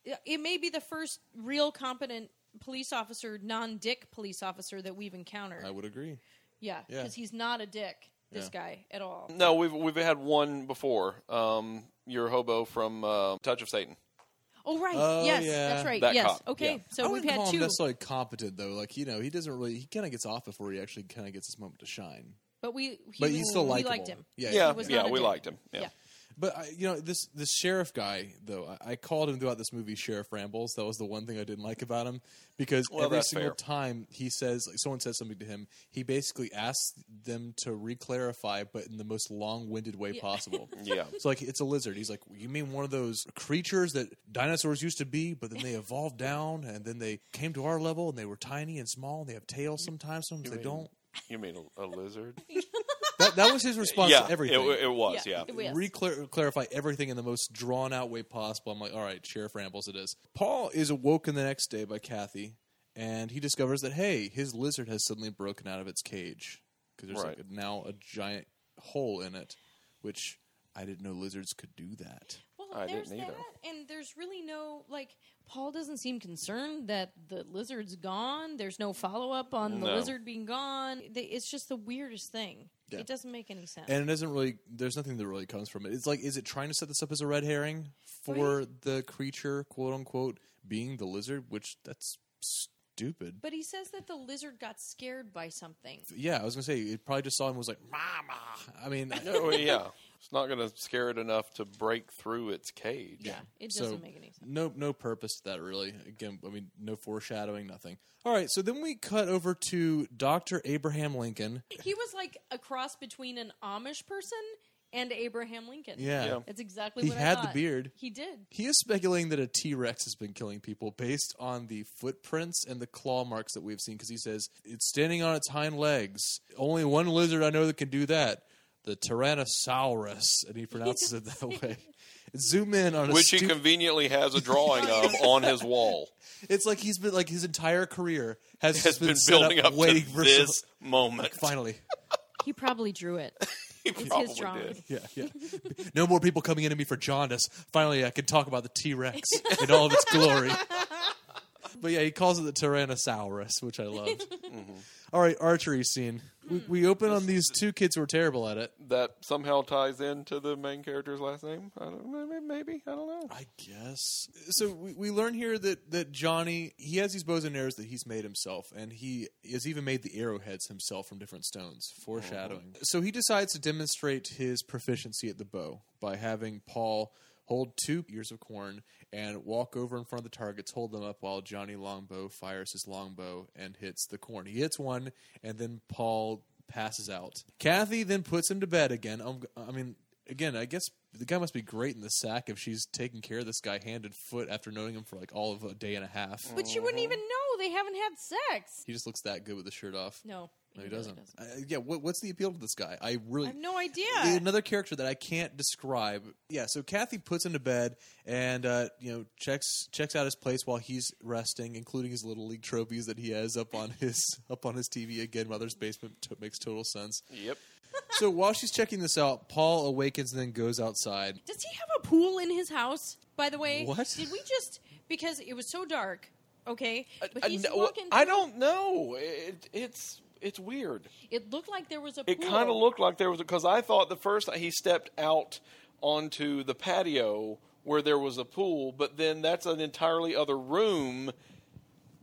Speaker 2: Yeah, It may be the first real competent police officer, non-dick police officer that we've encountered.
Speaker 1: I would agree.
Speaker 2: yeah,
Speaker 1: yeah.
Speaker 2: because he's not a dick. This
Speaker 1: Yeah.
Speaker 2: guy at all.
Speaker 9: No, we've we've had one before. Um, your hobo from uh, Touch of Satan.
Speaker 2: Oh right,
Speaker 1: Oh,
Speaker 2: yes,
Speaker 1: yeah.
Speaker 2: that's right.
Speaker 9: That
Speaker 2: yes,
Speaker 9: cop,
Speaker 2: okay.
Speaker 9: yeah.
Speaker 2: So
Speaker 1: I
Speaker 2: we've
Speaker 1: wouldn't
Speaker 2: had
Speaker 1: call
Speaker 2: two,
Speaker 1: him necessarily competent though. Like you know, he doesn't really. He kind of gets off before he actually kind of gets his moment to shine.
Speaker 2: but we he
Speaker 1: But
Speaker 2: was-
Speaker 1: he's still
Speaker 2: we
Speaker 1: likable.
Speaker 2: liked him.
Speaker 1: Yeah,
Speaker 9: Yeah,
Speaker 2: was
Speaker 9: yeah,
Speaker 2: not a
Speaker 9: we
Speaker 2: dick.
Speaker 9: liked him. Yeah.
Speaker 2: Yeah.
Speaker 1: But I, you know this this sheriff guy though I, I called him throughout this movie Sheriff Rambles. That was the one thing I didn't like about him because
Speaker 9: Well,
Speaker 1: every
Speaker 9: that's
Speaker 1: single
Speaker 9: fair.
Speaker 1: time he says like someone says something to him, he basically asks them to reclarify, but in the most long winded way possible.
Speaker 9: Yeah.
Speaker 1: So like it's a lizard. He's like, you mean one of those creatures that dinosaurs used to be, but then they evolved down and then they came to our level and they were tiny and small and they have tails sometimes. Sometimes they don't.
Speaker 9: You mean a, a lizard?
Speaker 1: That, that was his response
Speaker 9: yeah,
Speaker 1: to everything.
Speaker 9: It, it was. Yeah.
Speaker 2: it was.
Speaker 1: Reclar- clarify everything in the most drawn out way possible. I'm like, all right, Sheriff Rambles, it is. Paul is awoken the next day by Kathy, and he discovers that hey, his lizard has suddenly broken out of its cage because there's
Speaker 9: Right.
Speaker 1: like now a giant hole in it, which I didn't know lizards could do that.
Speaker 2: Well,
Speaker 9: I
Speaker 2: there's
Speaker 9: didn't either.
Speaker 2: that, and there's really no like. Paul doesn't seem concerned that the lizard's gone. There's no follow up on the
Speaker 9: No.
Speaker 2: lizard being gone. They- It's just the weirdest thing.
Speaker 1: Yeah.
Speaker 2: It doesn't make any sense.
Speaker 1: And it doesn't really. There's nothing that really comes from it. It's like, is it trying to set this up as a red herring for the creature, quote unquote, being the lizard? Which that's stupid.
Speaker 2: but he says that the lizard got scared by something.
Speaker 1: yeah, I was gonna say it probably just saw him and was like, "Mama." I mean,
Speaker 9: No, yeah. It's not going to scare it enough to break through its cage.
Speaker 2: Yeah, it doesn't
Speaker 1: so
Speaker 2: make any sense.
Speaker 1: no, no purpose to that really. Again, I mean, no foreshadowing, nothing. All right, so then we cut over to Doctor Abraham Lincoln.
Speaker 2: He was like a cross between an Amish person and Abraham Lincoln.
Speaker 1: Yeah.
Speaker 9: Yeah.
Speaker 2: that's exactly
Speaker 1: He
Speaker 2: what I
Speaker 1: had the
Speaker 2: thought.
Speaker 1: beard.
Speaker 2: He did.
Speaker 1: He is speculating that a T Rex has been killing people based on the footprints and the claw marks that we've seen because he says it's standing on its hind legs. Only one lizard I know that can do that the Tyrannosaurus. And he pronounces it that way. Zoom in on a
Speaker 9: Which he
Speaker 1: stu-
Speaker 9: conveniently has a drawing of on his wall.
Speaker 1: It's like he's been like his entire career has,
Speaker 9: Has
Speaker 1: just been,
Speaker 9: been
Speaker 1: set
Speaker 9: building up,
Speaker 1: waiting
Speaker 9: to
Speaker 1: for
Speaker 9: this moment.
Speaker 1: some- finally.
Speaker 2: He probably drew it.
Speaker 9: He
Speaker 2: his
Speaker 9: probably
Speaker 2: drawing.
Speaker 9: did.
Speaker 1: Yeah, yeah. No more people coming into me for jaundice. Finally, I can talk about the T Rex in all of its glory. But yeah, he calls it the Tyrannosaurus, which I loved.
Speaker 9: Mm-hmm.
Speaker 1: All right, archery scene. We, we open on these two kids who are terrible at it.
Speaker 9: That somehow ties into the main character's last name. I don't know. Maybe I don't know.
Speaker 1: I guess. So we, we learn here that, that Johnny he has these bows and arrows that he's made himself, and he has even made the arrowheads himself from different stones, foreshadowing. So he decides to demonstrate his proficiency at the bow by having Paul hold two ears of corn and walk over in front of the targets, hold them up while Johnny Longbow fires his longbow and hits the corn. He hits one, and then Paul passes out. Kathy then puts him to bed again. Um, I mean, again, I guess the guy must be great in the sack if she's taking care of this guy hand and foot after knowing him for like all of a day and a half.
Speaker 2: But you wouldn't
Speaker 1: Uh-huh.
Speaker 2: even know they haven't had sex.
Speaker 1: He just looks that good with the shirt off.
Speaker 2: No,
Speaker 1: No, he
Speaker 2: really
Speaker 1: doesn't. Uh, yeah, what, what's the appeal to this guy? I really
Speaker 2: I have no idea.
Speaker 1: another character that I can't describe. Yeah, so Kathy puts him to bed and uh, you know checks checks out his place while he's resting, including his little league trophies that he has up on his up on his TV again. Mother's basement to- makes total sense.
Speaker 9: Yep.
Speaker 1: So while she's checking this out, Paul awakens and then goes outside.
Speaker 2: Does he have a pool in his house? By the way,
Speaker 1: What?
Speaker 2: did we just because it was so dark? Okay, but
Speaker 9: I,
Speaker 2: he's
Speaker 9: Uh, no-
Speaker 2: walking.
Speaker 9: I
Speaker 2: through-
Speaker 9: don't know. It, it's it's weird.
Speaker 2: It looked like there was a.
Speaker 9: It
Speaker 2: pool.
Speaker 9: kind of looked like there was because I thought the first he stepped out onto the patio where there was a pool, but then that's an entirely other room.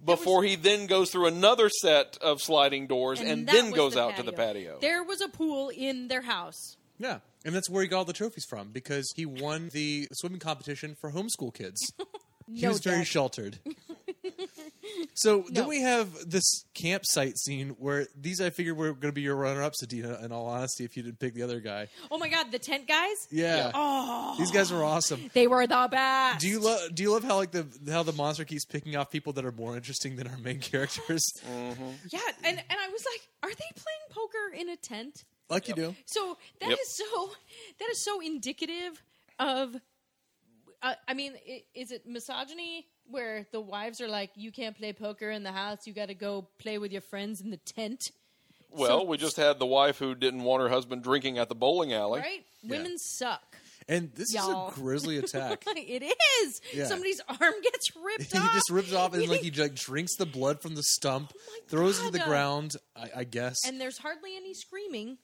Speaker 9: Before he then goes through another set of sliding doors and,
Speaker 2: that
Speaker 9: then
Speaker 2: was
Speaker 9: goes out to the patio.
Speaker 2: There was a pool in their house.
Speaker 1: Yeah, and that's where he got all the trophies from because he won the swimming competition for homeschool kids. he
Speaker 2: No,
Speaker 1: was very
Speaker 2: Jack.
Speaker 1: sheltered. so then
Speaker 2: No.
Speaker 1: we have this campsite scene where these I figured were going to be your runner-ups, Adina. In all honesty, if you didn't pick the other guy,
Speaker 2: Oh my god, the tent guys.
Speaker 1: yeah,
Speaker 2: Oh.
Speaker 1: these guys are awesome.
Speaker 2: They were the best.
Speaker 1: Do you love? Do you love how like the how the monster keeps picking off people that are more interesting than our main characters?
Speaker 2: Yeah, and and I was like, are they playing poker in a tent?
Speaker 1: like you do.
Speaker 2: So that is
Speaker 9: Yep.
Speaker 2: so that is so indicative of. Uh, I mean, i- is it misogyny where the wives are like, "You can't play poker in the house. You got to go play with your friends in the tent."
Speaker 9: well,
Speaker 2: so-
Speaker 9: we just had the wife who didn't want her husband drinking at the bowling alley.
Speaker 2: Right? Women suck.
Speaker 1: And this
Speaker 2: Y'all.
Speaker 1: is a grisly attack.
Speaker 2: it is.
Speaker 1: Yeah.
Speaker 2: Somebody's arm gets ripped
Speaker 1: he
Speaker 2: off.
Speaker 1: just rips it off and like he like drinks the blood from the stump, throws it to the
Speaker 2: Oh God.
Speaker 1: ground. I, I guess.
Speaker 2: and there's hardly any screaming.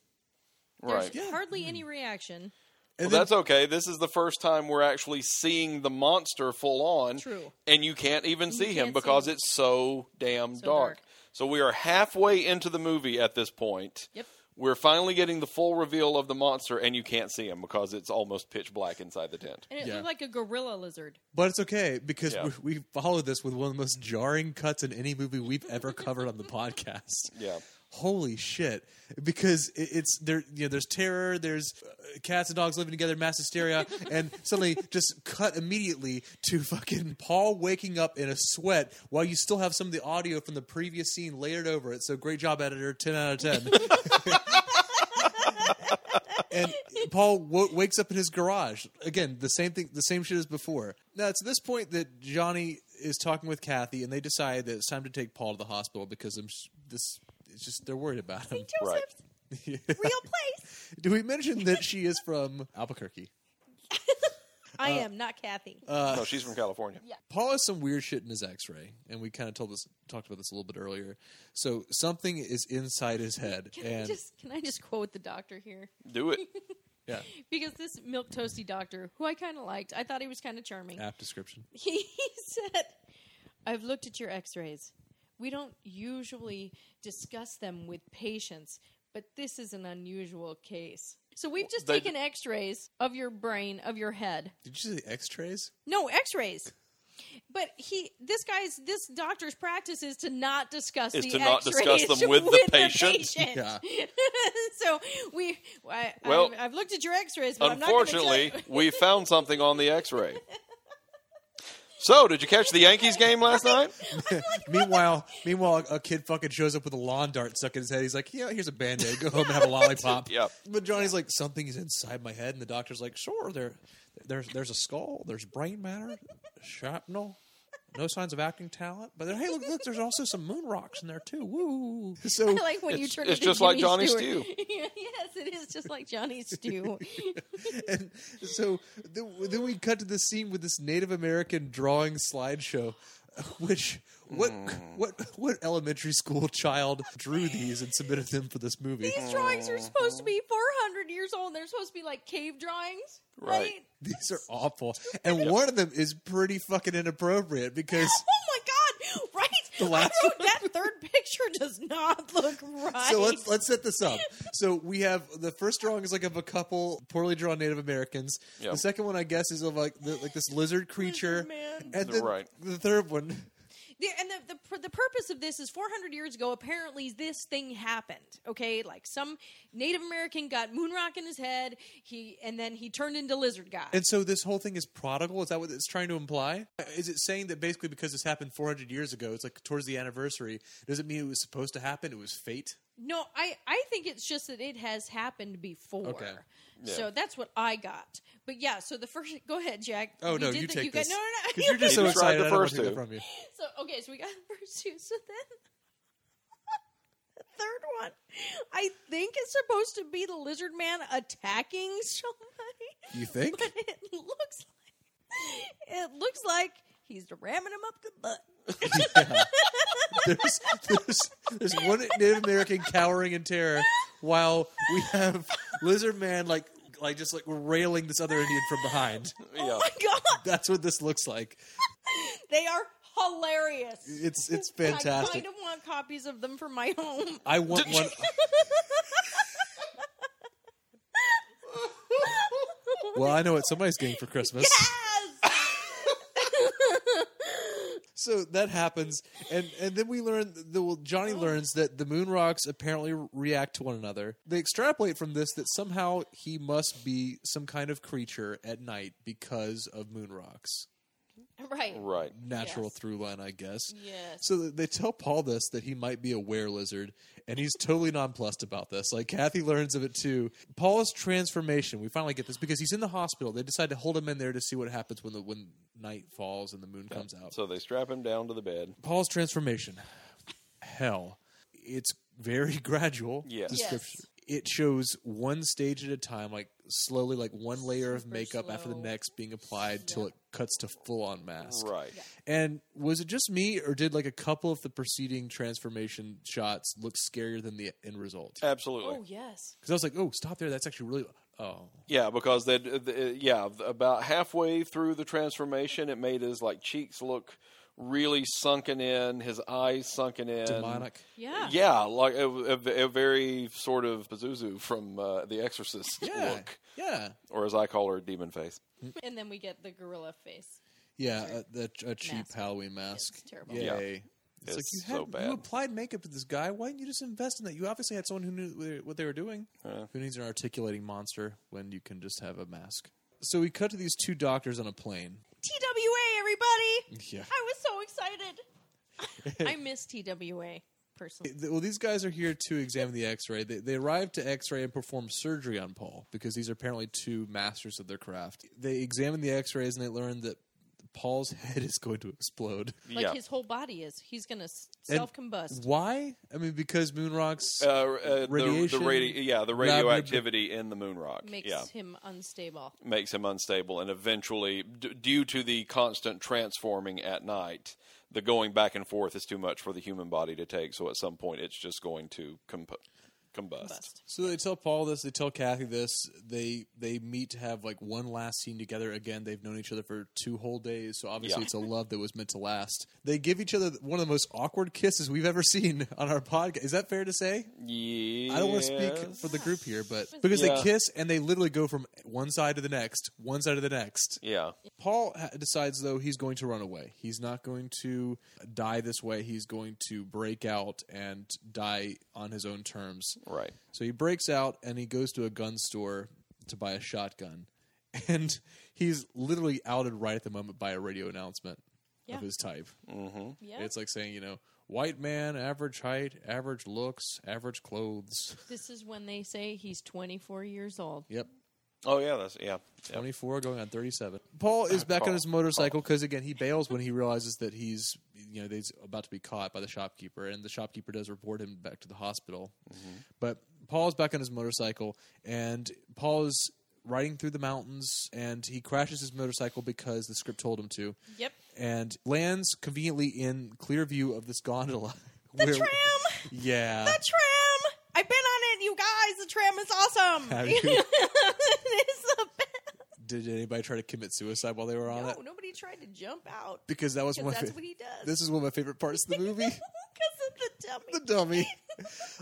Speaker 2: There's
Speaker 9: Right.
Speaker 2: hardly
Speaker 1: Mm.
Speaker 2: any reaction.
Speaker 1: And
Speaker 9: well,
Speaker 1: then-
Speaker 9: that's okay. This is the first time we're actually seeing the monster full on.
Speaker 2: True.
Speaker 9: And you can't even see
Speaker 2: can't
Speaker 9: him
Speaker 2: see
Speaker 9: because
Speaker 2: him.
Speaker 9: it's so damn
Speaker 2: So
Speaker 9: dark.
Speaker 2: dark.
Speaker 9: So we are halfway into the movie at this point.
Speaker 2: Yep.
Speaker 9: We're finally getting the full reveal of the monster, and you can't see him because it's almost pitch black inside the tent.
Speaker 2: And it
Speaker 1: Yeah.
Speaker 2: looked like a gorilla lizard.
Speaker 1: But it's okay because
Speaker 9: Yeah.
Speaker 1: we, we followed this with one of the most jarring cuts in any movie we've ever covered on the podcast.
Speaker 9: Yeah.
Speaker 1: Holy shit! Because it, it's there. You know, there's terror. There's uh, cats and dogs living together, mass hysteria, and suddenly just cut immediately to fucking Paul waking up in a sweat while you still have some of the audio from the previous scene layered over it. So great job, editor. Ten out of ten. and Paul w- wakes up in his garage again. The same thing, the same shit as before. Now it's at this point that Johnny is talking with Kathy, and they decide that it's time to take Paul to the hospital because I'm sh- this. It's just they're worried about him.
Speaker 9: Right.
Speaker 10: Joseph's real place.
Speaker 1: Do we mention that she is from Albuquerque?
Speaker 2: I
Speaker 1: Uh,
Speaker 2: am not Kathy.
Speaker 9: no, she's from California.
Speaker 1: Paul has some weird shit in his X-ray, and we kind of told this talked about this a little bit earlier. So something is inside his head,
Speaker 2: can I
Speaker 1: and
Speaker 2: just can I just quote the doctor here?
Speaker 9: Do it.
Speaker 1: yeah,
Speaker 2: Because this milk toasty doctor, who I kind of liked, I thought he was kind of charming.
Speaker 1: app description.
Speaker 2: he said, I've looked at your x rays. We don't usually discuss them with patients, but this is an unusual case. So we've just
Speaker 9: They-
Speaker 2: taken x rays of your brain, of your head.
Speaker 1: Did you say X-rays?
Speaker 2: No, x rays. But he, this guy's, this doctor's practice is to not discuss
Speaker 9: Is
Speaker 2: the
Speaker 9: to not discuss
Speaker 2: X-rays
Speaker 9: them with the patient.
Speaker 2: patient.
Speaker 1: Yeah.
Speaker 2: so we, I,
Speaker 9: Well,
Speaker 2: I've, I've looked at your X-rays, but I'm
Speaker 9: Unfortunately,
Speaker 2: not gonna tell you-
Speaker 9: we found something on the x ray. So, did you catch the Yankees game last night?
Speaker 1: meanwhile, meanwhile, a kid fucking shows up with a lawn dart stuck in his head. He's like, "Yeah, here's a band aid. Go home and have a lollipop."
Speaker 9: Yep.
Speaker 1: But Johnny's like, "Something is inside my head," and the doctor's like, "Sure, there, there's there's a skull, there's brain matter, shrapnel." No signs of acting talent, but hey, look, look, there's also some moon rocks in there too. Woo! So
Speaker 2: like when
Speaker 9: Mm.
Speaker 2: you
Speaker 9: It's-
Speaker 2: turn
Speaker 9: it's
Speaker 2: into
Speaker 9: just like
Speaker 2: Jimmy
Speaker 9: Johnny
Speaker 2: Stewart. yes, it is just like Johnny Stew.
Speaker 1: and so th- then we cut to the scene with this Native American drawing slideshow, which what what what elementary school child drew these and submitted them for this movie?
Speaker 2: These drawings are supposed to be 400 years old. They're supposed to be like cave drawings,
Speaker 9: Right.
Speaker 1: These are awful, and one of them is pretty fucking inappropriate because.
Speaker 2: Oh my god! Right?
Speaker 1: The last
Speaker 2: I wrote that third picture does not look right.
Speaker 1: So let's let's set this up. So we have the first drawing is like of a couple poorly drawn Native Americans.
Speaker 9: Yeah.
Speaker 1: The second one, I guess, is of like the, like this lizard creature,
Speaker 2: man.
Speaker 1: and then
Speaker 9: Right.
Speaker 1: the third one
Speaker 2: The- and the, the pr- the purpose of this is 400 years ago. Apparently, this thing happened. Okay, like some Native American got moon rock in his head. He and then he turned into lizard guy.
Speaker 1: And so this whole thing is prodigal. Is that what it's trying to imply? Is it saying that basically because this happened 400 years ago, it's like towards the anniversary? Does it mean it was supposed to happen? It was fate.
Speaker 2: No, I, I think it's just that it has happened before.
Speaker 1: Okay.
Speaker 2: So that's what I got. But yeah, so the first go ahead, Jack.
Speaker 1: Oh
Speaker 2: We
Speaker 1: no,
Speaker 2: did
Speaker 1: you
Speaker 2: the-
Speaker 1: take
Speaker 2: got-
Speaker 1: this.
Speaker 2: no, no, no.
Speaker 1: Because you're just so
Speaker 9: You tried
Speaker 1: excited.
Speaker 9: the
Speaker 1: I don't want
Speaker 9: first
Speaker 1: to take it
Speaker 9: two.
Speaker 1: from you.
Speaker 2: So okay, so we got the first two. So then the third one, I think it's supposed to be the lizard man attacking somebody.
Speaker 1: You think?
Speaker 2: But it looks like it looks like he's ramming him up the butt.
Speaker 1: There's, there's, there's one Native American cowering in terror while we have Lizard Man like like just like railing this other Indian from behind.
Speaker 9: Yeah.
Speaker 2: Oh My God,
Speaker 1: That's what this looks like.
Speaker 2: they are hilarious.
Speaker 1: It's it's
Speaker 2: I
Speaker 1: fantastic.
Speaker 2: kind of want copies of them for my home.
Speaker 1: I want one. Well, I know what somebody's getting for Christmas.
Speaker 2: Yes!
Speaker 1: so that happens and and then we learn the well, johnny learns that the moon rocks apparently react to one another they extrapolate from this that somehow he must be some kind of creature at night because of moon rocks
Speaker 2: right.
Speaker 9: Right.
Speaker 1: natural
Speaker 2: Yes.
Speaker 1: through line i guess
Speaker 2: Yes.
Speaker 1: so th- they tell paul this that he might be a were lizard and he's totally nonplussed about this like kathy learns of it too paul's transformation we finally get this because he's in the hospital they decide to hold him in there to see what happens when the when night falls and the moon comes out
Speaker 9: So they strap him down to the bed.
Speaker 1: Paul's transformation. Hell, it's very gradual.
Speaker 9: Yes.
Speaker 1: Description. It shows one stage at a time, like slowly, like one layer of
Speaker 2: Super
Speaker 1: makeup after the
Speaker 2: slow.
Speaker 1: next being applied till it cuts to full on mask.
Speaker 9: Right.
Speaker 1: And was it just me, or did like a couple of the preceding transformation shots look scarier than the end result?
Speaker 9: Absolutely.
Speaker 2: Oh yes.
Speaker 1: Because I was like, oh, stop there. That's actually really. Oh,
Speaker 9: Yeah, because they, yeah, about halfway through the transformation, it made his like cheeks look really sunken in, his eyes sunken in.
Speaker 1: Demonic.
Speaker 2: Yeah.
Speaker 9: Yeah, like a, a- a very sort of Pazuzu from uh, The Exorcist
Speaker 1: Yeah.
Speaker 9: look,
Speaker 1: Yeah.
Speaker 9: or as I call her, demon face.
Speaker 2: And then we get the gorilla face.
Speaker 1: Yeah, a, the, a cheap
Speaker 2: Mask.
Speaker 1: Halloween mask.
Speaker 2: It's terrible.
Speaker 1: Yay. It's,
Speaker 9: It's
Speaker 1: like you
Speaker 9: so
Speaker 1: had
Speaker 9: bad.
Speaker 1: you applied makeup to this guy. Why didn't you just invest in that? You obviously had someone who knew wh- what they were doing. Who needs an articulating monster when you can just have a mask? So we cut to these two doctors on a plane.
Speaker 2: TWA, everybody!
Speaker 1: Yeah.
Speaker 2: I was so excited. I miss TWA personally.
Speaker 1: Th- Well, these guys are here to examine the X-ray. They, they arrive to X-ray and perform surgery on Paul because these are apparently two masters of their craft. They examine the X-rays and they learn that Paul's head is going to explode.
Speaker 2: Like
Speaker 9: yeah.
Speaker 2: his whole body is. He's gonna
Speaker 1: And
Speaker 2: self combust.
Speaker 1: Why? I mean, because Moonrock's
Speaker 9: Uh, uh,
Speaker 1: Radiation?
Speaker 9: The, the radi- yeah, the
Speaker 1: Radioactive-
Speaker 9: radioactivity in the moon rock.
Speaker 2: Makes
Speaker 9: yeah.
Speaker 2: him unstable.
Speaker 9: makes him unstable and eventually d- due to the constant transforming at night the going back and forth is too much for the human body to take so at some point it's just going to comp- combust.
Speaker 2: Bust.
Speaker 1: So they tell Paul this, they tell Kathy this, they they meet to have like one last scene together again. They've known each other for two whole days, so obviously
Speaker 9: Yeah.
Speaker 1: it's a love that was meant to last. They give each other one of the most awkward kisses we've ever seen on our podcast. Is that fair to say?
Speaker 9: Yes.
Speaker 1: I don't want to speak for the group here, but because
Speaker 9: Yeah.
Speaker 1: they kiss and they literally go from one side to the next, one side to the next.
Speaker 9: yeah
Speaker 1: Paul ha- decides though he's going to run away. He's not going to die this way. He's going to break out and die on his own terms.
Speaker 9: right
Speaker 1: So he breaks out and he goes to a gun store to buy a shotgun. And he's literally outed right at the moment by a radio announcement
Speaker 2: Yeah.
Speaker 1: of his type.
Speaker 9: Mm-hmm.
Speaker 2: Yeah.
Speaker 1: It's like saying, you know, white man, average height, average looks, average clothes.
Speaker 2: This is when they say he's 24 years old.
Speaker 1: Yep.
Speaker 9: oh yeah that's yeah, yeah.
Speaker 1: 24 going on 37. Paul is back on
Speaker 9: Paul.
Speaker 1: his motorcycle because, again, he bails when he realizes that he's, you know, that he's about to be caught by the shopkeeper, and the shopkeeper does report him back to the hospital. But Paul is back on his motorcycle, and Paul is riding through the mountains, and he crashes his motorcycle because the script told him to,
Speaker 2: Yep.
Speaker 1: and lands conveniently in clear view of this gondola. The
Speaker 10: tram!
Speaker 1: Yeah.
Speaker 10: The tram! I've been on it, you guys. The tram is awesome.
Speaker 1: Have you-
Speaker 10: it's the best.
Speaker 1: Did anybody try to commit suicide while they were on it?
Speaker 10: No, nobody tried to jump out
Speaker 1: Because that was
Speaker 10: because
Speaker 1: one.
Speaker 10: that's
Speaker 1: Fa-
Speaker 10: what he does.
Speaker 1: this is one of my favorite parts of the movie.
Speaker 10: because of the
Speaker 1: the
Speaker 10: dummy.
Speaker 1: dummy.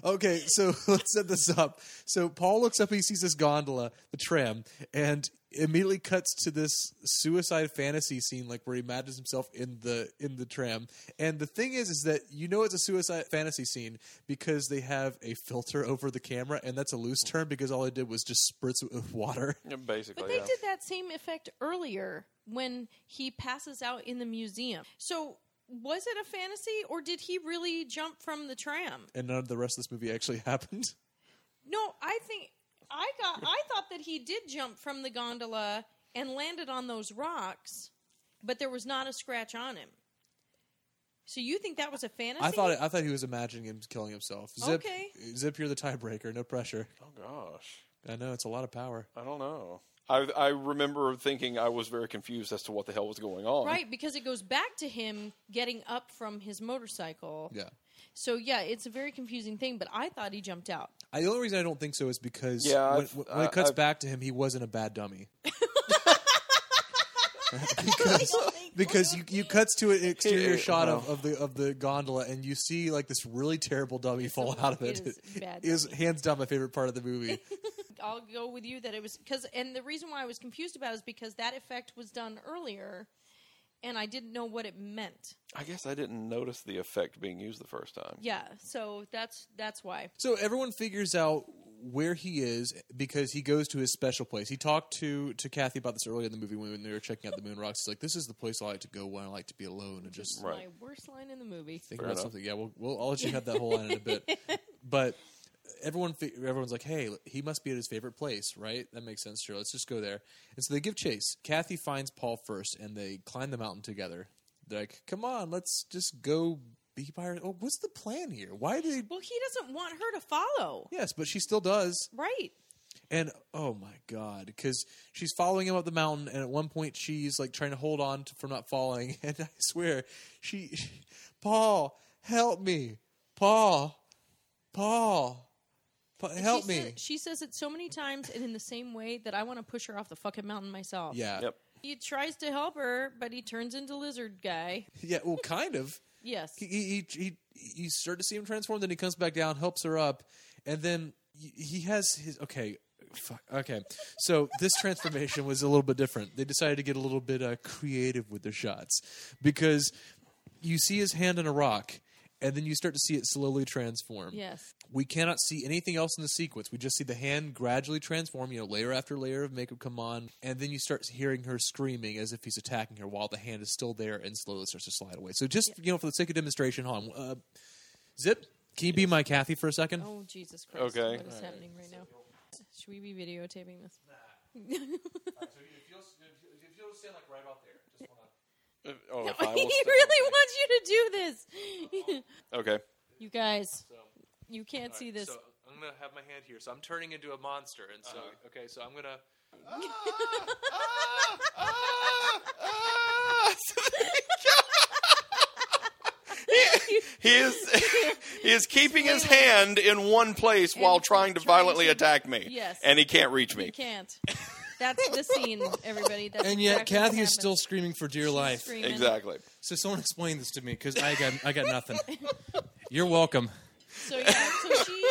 Speaker 1: Oh, Okay, so let's set this up. So Paul looks up and he sees this gondola, the tram, and immediately cuts to this suicide fantasy scene, like where he imagines himself in the in the tram. And the thing is, is that you know it's a suicide fantasy scene because they have a filter over the camera, and that's a loose term because all I did was just spritz it with water.
Speaker 9: Yeah, basically
Speaker 2: But they
Speaker 9: yeah.
Speaker 2: did that same effect earlier when he passes out in the museum. So was it a fantasy or did he really jump from the tram?
Speaker 1: And none of the rest of this movie actually happened.
Speaker 2: No, I think I got I thought that he did jump from the gondola and landed on those rocks, but there was not a scratch on him. So you think that was a fantasy?
Speaker 1: I thought I thought he was imagining him killing himself. Zip,
Speaker 2: Okay.
Speaker 1: Zip, you're the tiebreaker. No pressure.
Speaker 9: oh gosh
Speaker 1: I know it's a lot of power.
Speaker 9: i don't know I, I remember thinking I was very confused as to what the hell was going on.
Speaker 2: right because it goes back to him getting up from his motorcycle.
Speaker 1: Yeah.
Speaker 2: So yeah, it's a very confusing thing, but I thought he jumped out.
Speaker 1: I, the only reason I don't think so is because
Speaker 9: Yeah,
Speaker 1: when,
Speaker 9: I've-
Speaker 1: when it
Speaker 9: I-
Speaker 1: cuts
Speaker 9: I've-
Speaker 1: back to him, he wasn't a bad dummy. because because you, you cuts to an exterior
Speaker 9: It-
Speaker 1: shot of,
Speaker 9: well.
Speaker 1: of the of the gondola and you see like this really terrible dummy fall
Speaker 2: a-
Speaker 1: out of
Speaker 2: it
Speaker 1: it.
Speaker 2: is a bad
Speaker 1: It is
Speaker 2: dummy.
Speaker 1: hands down my favorite part of the movie.
Speaker 2: I'll go with you that it was because, and the reason why I was confused about it is because that effect was done earlier, and I didn't know what it meant.
Speaker 9: I guess I didn't notice the effect being used the first time.
Speaker 2: Yeah, so that's that's why.
Speaker 1: So everyone figures out where he is because he goes to his special place. He talked to to Kathy about this earlier in the movie when they were checking out the moon rocks. He's like, "This is the place I like to go when I like to be alone and just
Speaker 9: Right.
Speaker 2: My worst line in the movie.
Speaker 1: think about something. Yeah, we'll, we'll I'll let you have that whole line in a bit. But everyone, fi- everyone's like, "Hey, he must be at his favorite place, right? That makes sense. Sure, let's just go there." And so they give chase. Kathy finds Paul first, and they climb the mountain together. They're like, "Come on, let's just go be by her." Oh, what's the plan here? Why do they?
Speaker 2: Well, he doesn't want her to follow,
Speaker 1: Yes, but she still does.
Speaker 2: right?
Speaker 1: And oh my god, because she's following him up the mountain, and at one point she's like trying to hold on to, from not falling. And I swear, she, she, Paul, help me, Paul, Paul, Pa-
Speaker 2: And
Speaker 1: help
Speaker 2: she
Speaker 1: me.
Speaker 2: says- she says it so many times and in the same way that I want to push her off the fucking mountain myself.
Speaker 1: yeah,
Speaker 9: Yep.
Speaker 2: He tries to help her, but he turns into lizard guy.
Speaker 1: Yeah, well, kind of.
Speaker 2: Yes.
Speaker 1: He he he, he you start to see him transform. Then he comes back down, helps her up, and then y- he has his okay. Fuck. Okay, so this transformation was a little bit different. They decided to get a little bit uh, creative with their shots because you see his hand in a rock, and then you start to see it slowly transform.
Speaker 2: Yes.
Speaker 1: We cannot see anything else in the sequence. We just see the hand gradually transform, you know, layer after layer of makeup come on, and then you start hearing her screaming as if he's attacking her while the hand is still there and slowly starts to slide away. So just, you know, for the sake of demonstration, hold on. Uh, Zip, can you be my Kathy for a second?
Speaker 2: Oh Jesus Christ!
Speaker 9: Okay.
Speaker 2: What is happening right now? Should we be videotaping this?
Speaker 9: Uh, Oh, if
Speaker 2: he
Speaker 9: I
Speaker 2: really
Speaker 9: will stay-
Speaker 2: wants you to do this.
Speaker 9: Okay.
Speaker 2: you guys, you can't see this.
Speaker 1: So I'm gonna have my hand here. So I'm turning into a monster, and so okay, so I'm gonna.
Speaker 9: He is he is keeping his hand in one place while trying to violently attack me.
Speaker 2: Yes.
Speaker 9: And he can't reach me.
Speaker 2: you can't. That's the scene, everybody. That's
Speaker 1: And yet,
Speaker 2: exactly what
Speaker 1: Kathy is
Speaker 2: happened.
Speaker 1: still screaming for dear life.
Speaker 2: Screaming.
Speaker 9: Exactly.
Speaker 1: So someone explain this to me because I got I got nothing. You're welcome.
Speaker 2: So yeah, so she.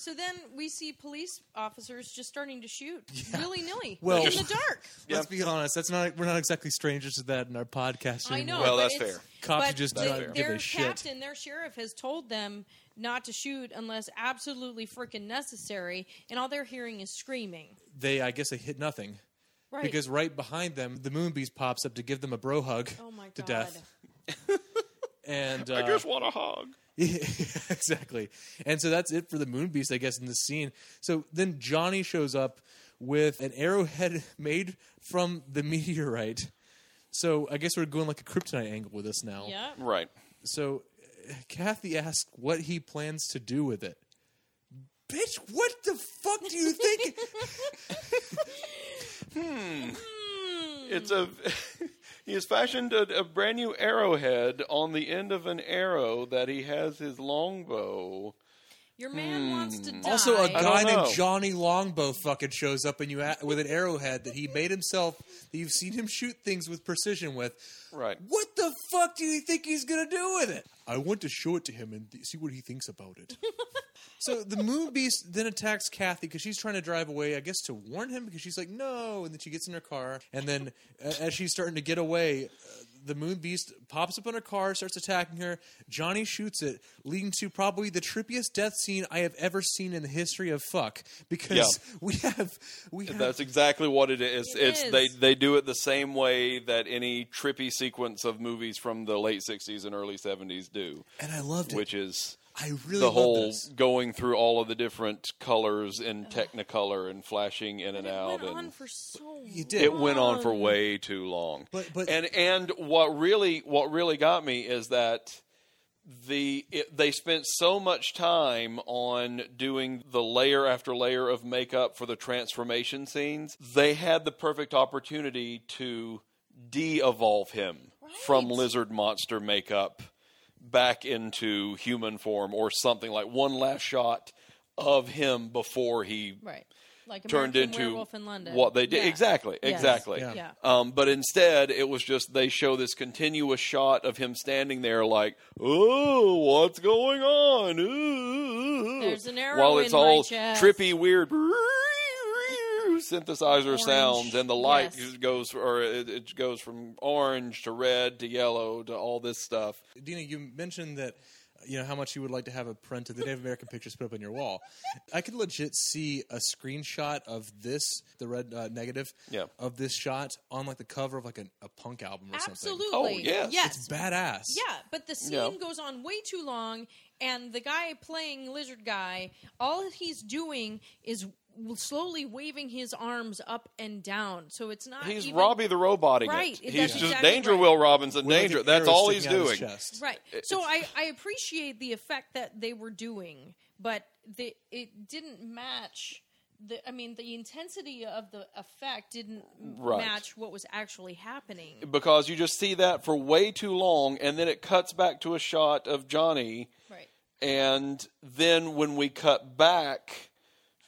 Speaker 2: So then we see police officers just starting to shoot willy nilly
Speaker 1: Well-
Speaker 2: in the dark.
Speaker 1: Let's be honest. That's not we're not exactly strangers to that in our podcast.
Speaker 2: I
Speaker 1: anymore.
Speaker 2: know.
Speaker 9: Well,
Speaker 2: but
Speaker 9: that's
Speaker 2: it's-
Speaker 9: fair.
Speaker 1: Cops
Speaker 2: but
Speaker 1: just
Speaker 2: the-
Speaker 1: don't give a
Speaker 2: their
Speaker 1: shit.
Speaker 2: captain, their sheriff, has told them not to shoot unless absolutely freaking necessary, and all they're hearing is screaming.
Speaker 1: They I guess they hit nothing
Speaker 2: Right.
Speaker 1: because right behind them the moonbeast pops up to give them a bro hug
Speaker 2: oh my god.
Speaker 1: to death. And uh,
Speaker 9: I just want a hug.
Speaker 1: exactly. And so that's it for the moon beast, I guess, in this scene. So then Johnny shows up with an arrowhead made from the meteorite. So I guess we're going like a kryptonite angle with this now.
Speaker 2: Yeah.
Speaker 9: Right.
Speaker 1: So uh, Kathy asks what he plans to do with it. Bitch, what the fuck do you think?
Speaker 9: It's a he has fashioned a, a brand new arrowhead on the end of an arrow that he has his longbow.
Speaker 2: Your man
Speaker 9: Hmm.
Speaker 2: wants to die.
Speaker 1: also, a guy named
Speaker 9: know.
Speaker 1: Johnny Longbow fucking shows up and you a- with an arrowhead that he made himself. That you've seen him shoot things with precision with.
Speaker 9: Right.
Speaker 1: What the fuck do you think he's gonna do with it? I want to show it to him and th- see what he thinks about it. so the moon beast then attacks Kathy because she's trying to drive away, I guess, to warn him because she's like, no. And then she gets in her car, and then uh, as she's starting to get away, uh, the moon beast pops up on her car, starts attacking her. Johnny shoots it, leading to probably the trippiest death scene I have ever seen in the history of fuck. Because
Speaker 9: Yeah.
Speaker 1: we have we have
Speaker 9: That's exactly what it is.
Speaker 2: It
Speaker 9: it's
Speaker 2: is.
Speaker 9: they they do it the same way that any trippy sequence of movies from the late '60s and early '70s do,
Speaker 1: and I loved it.
Speaker 9: which is
Speaker 1: I really
Speaker 9: the
Speaker 1: loved
Speaker 9: whole
Speaker 1: this.
Speaker 9: going through all of the different colors in Technicolor and flashing in and
Speaker 2: it
Speaker 9: out,
Speaker 2: went
Speaker 9: and
Speaker 2: on for so
Speaker 1: You did.
Speaker 9: it went on for
Speaker 2: long.
Speaker 9: way too long.
Speaker 1: But- but-
Speaker 9: and and what really what really got me is that the it, they spent so much time on doing the layer after layer of makeup for the transformation scenes. They had the perfect opportunity to de-evolve him from lizard monster makeup back into human form or something like one last shot of him before he
Speaker 2: Right. Like
Speaker 9: turned
Speaker 2: American
Speaker 9: into
Speaker 2: Werewolf in London.
Speaker 9: what they did
Speaker 2: Yeah.
Speaker 9: exactly
Speaker 2: Yes.
Speaker 9: exactly
Speaker 2: Yeah. Yeah.
Speaker 9: Um, but instead it was just they show this continuous shot of him standing there like oh what's going on Ooh."
Speaker 2: There's an arrow
Speaker 9: while it's
Speaker 2: in my
Speaker 9: all
Speaker 2: chest.
Speaker 9: trippy weird synthesizer
Speaker 2: Orange.
Speaker 9: sounds and the light
Speaker 2: Yes.
Speaker 9: goes or it, it goes from orange to red to yellow to all this stuff
Speaker 1: Dina, you mentioned that you know how much you would like to have a print of the Native American pictures put up on your wall. I could legit see a screenshot of this, the red uh, negative
Speaker 9: Yeah.
Speaker 1: of this shot on like the cover of like an, a punk album or
Speaker 2: Absolutely.
Speaker 1: something.
Speaker 9: Oh, yes.
Speaker 1: It's badass.
Speaker 2: Yeah, but the scene
Speaker 9: Yeah.
Speaker 2: goes on way too long, and the guy playing Lizard Guy, all he's doing is w- slowly waving his arms up and down. So it's not.
Speaker 9: he's
Speaker 2: even-
Speaker 9: Robbie the roboting
Speaker 2: Right,
Speaker 9: it he's
Speaker 2: that's
Speaker 9: just
Speaker 2: exactly
Speaker 9: Danger
Speaker 2: right.
Speaker 9: Will Robinson
Speaker 1: With, like,
Speaker 9: Danger
Speaker 1: an
Speaker 9: that's
Speaker 1: arrow
Speaker 9: all he's
Speaker 1: sticking out of his
Speaker 9: doing
Speaker 1: chest.
Speaker 2: Right. So I, I appreciate the effect that they were doing, but the, it didn't match. The, I mean, the intensity of the effect didn't m-
Speaker 9: Right.
Speaker 2: match what was actually happening.
Speaker 9: because you just see that for way too long and then it cuts back to a shot of Johnny
Speaker 2: Right.
Speaker 9: and then when we cut back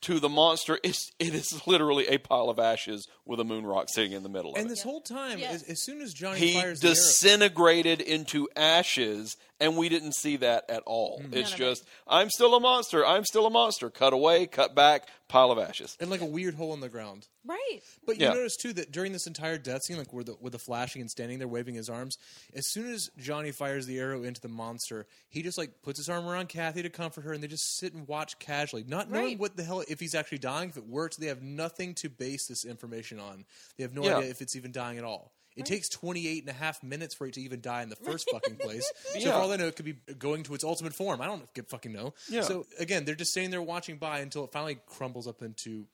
Speaker 9: to the monster. It's, it is literally a pile of ashes with a moon rock sitting in the middle of
Speaker 1: And
Speaker 9: it.
Speaker 1: this whole time,
Speaker 2: Yeah.
Speaker 1: as, as soon as Johnny
Speaker 9: He
Speaker 1: fires the arrow,
Speaker 9: disintegrated into ashes, and we didn't see that at all.
Speaker 1: Mm-hmm.
Speaker 9: It's
Speaker 2: None of
Speaker 9: just, I'm still a monster. I'm still a monster. Cut away, cut back, pile of ashes.
Speaker 1: and like a weird hole in the ground.
Speaker 2: Right.
Speaker 1: But you
Speaker 9: Yeah.
Speaker 1: notice too that during this entire death scene, like where the with the flashing and standing there waving his arms, as soon as Johnny fires the arrow into the monster, he just like puts his arm around Kathy to comfort her, and they just sit and watch casually, not knowing
Speaker 2: Right.
Speaker 1: what the hell if he's actually dying, if it works. They have nothing to base this information on. They have no
Speaker 9: Yeah.
Speaker 1: idea if it's even dying at all. It takes 28 and a half minutes for it to even die in the first fucking place. So
Speaker 9: Yeah.
Speaker 1: for all they know, it could be going to its ultimate form. I don't get fucking know.
Speaker 9: Yeah.
Speaker 1: So again, they're just sitting there watching by until it finally crumbles up into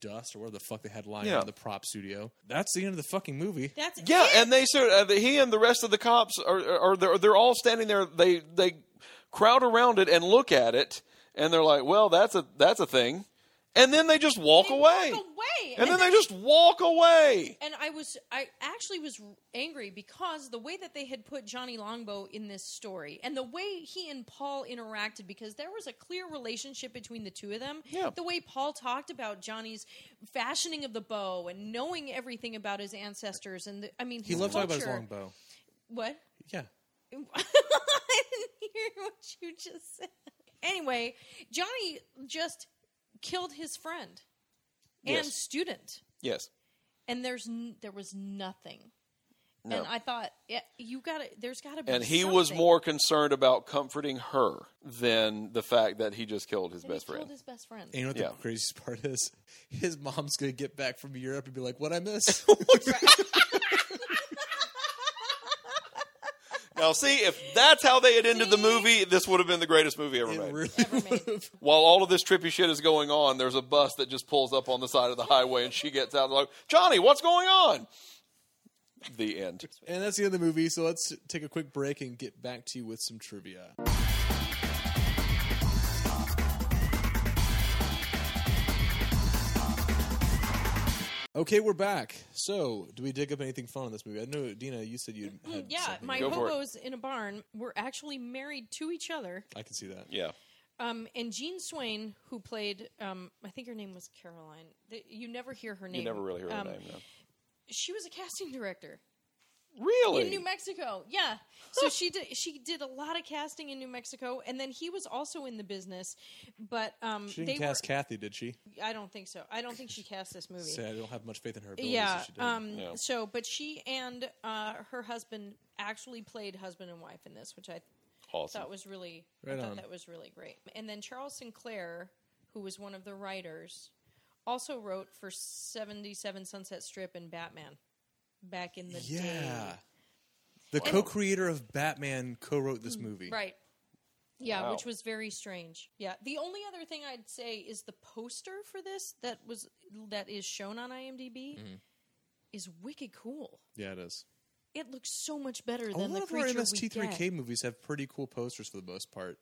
Speaker 1: dust or whatever the fuck they had lying
Speaker 9: Yeah.
Speaker 1: in the prop studio. That's the end of the fucking movie.
Speaker 10: That's
Speaker 9: Yeah,
Speaker 10: it.
Speaker 9: and they sort uh, he and the rest of the cops are are they're, they're all standing there. They they crowd around it and look at it, and they're like, "Well, that's a that's a thing," and then they just walk
Speaker 2: They
Speaker 9: away,
Speaker 2: walk away.
Speaker 9: and, then they
Speaker 2: then-
Speaker 9: just walk away.
Speaker 2: And I was, I actually was angry because the way that they had put Johnny Longbow in this story and the way he and Paul interacted, because there was a clear relationship between the two of them.
Speaker 9: Yeah.
Speaker 2: The way Paul talked about Johnny's fashioning of the bow and knowing everything about his ancestors. And the, I mean,
Speaker 1: He
Speaker 2: his
Speaker 1: loved talking about his
Speaker 2: culture.
Speaker 1: longbow.
Speaker 2: What?
Speaker 1: Yeah.
Speaker 2: I didn't hear what you just said. Anyway, Johnny just killed his friend and
Speaker 9: Yes.
Speaker 2: student,
Speaker 9: Yes,
Speaker 2: and there's n- there was nothing.
Speaker 9: No.
Speaker 2: And I thought, yeah, you got to There's got to be.
Speaker 9: and he was
Speaker 2: something.
Speaker 9: more concerned about comforting her than the fact that he just killed his
Speaker 2: And he
Speaker 9: best friend.
Speaker 2: Killed his best friend.
Speaker 1: And you know what
Speaker 9: Yeah.
Speaker 1: the craziest part is? His mom's gonna get back from Europe and be like, "What I miss?"
Speaker 9: now, see if that's how they had ended the movie, this would have been the greatest movie ever
Speaker 1: It
Speaker 9: made.
Speaker 1: really would've-
Speaker 9: while all of this trippy shit is going on, there's a bus that just pulls up on the side of the highway, and she gets out and like, Johnny, what's going on? The end.
Speaker 1: And that's the end of the movie. So let's take a quick break and get back to you with some trivia. Okay, we're back. So, do we dig up anything fun in this movie? I know, Dina, you said you had.
Speaker 2: Mm-hmm, yeah,
Speaker 1: something.
Speaker 2: my
Speaker 9: Go for it.
Speaker 2: hobos in a barn were actually married to each other.
Speaker 1: I can see that.
Speaker 9: Yeah.
Speaker 2: Um, and Jean Swain, who played, um, I think her name was Caroline. Th- You never hear her name.
Speaker 9: You never really hear
Speaker 2: Um,
Speaker 9: her name. No.
Speaker 2: She was a casting director. in
Speaker 9: Really?
Speaker 2: New Mexico. Yeah. So she did she did a lot of casting in New Mexico and then he was also in the business, but um
Speaker 1: She
Speaker 2: they
Speaker 1: didn't cast
Speaker 2: were
Speaker 1: Kathy, did she?
Speaker 2: I don't think so. I don't think she cast this movie.
Speaker 1: Say, I don't have much faith in her abilities.
Speaker 2: yeah.
Speaker 1: if she did.
Speaker 2: Um
Speaker 9: Yeah.
Speaker 2: so but she and uh her husband actually played husband and wife in this, which I
Speaker 9: Awesome.
Speaker 2: thought was really
Speaker 1: Right
Speaker 2: I thought
Speaker 1: on.
Speaker 2: that was really great. And then Charles Sinclair, who was one of the writers, also wrote for 77 Sunset Strip and Batman back in the day.
Speaker 1: yeah. The co creator of Batman co wrote this movie.
Speaker 2: Mm, Right. Yeah,
Speaker 9: Wow.
Speaker 2: which was very strange. Yeah. The only other thing I'd say is the poster for this that was that is shown on IMDb
Speaker 1: Mm-hmm.
Speaker 2: is wicked cool.
Speaker 1: Yeah, it is.
Speaker 2: It looks so much better
Speaker 1: A
Speaker 2: than
Speaker 1: lot
Speaker 2: the
Speaker 1: of our
Speaker 2: creature
Speaker 1: MST3K
Speaker 2: we get.
Speaker 1: movies have pretty cool posters for the most part.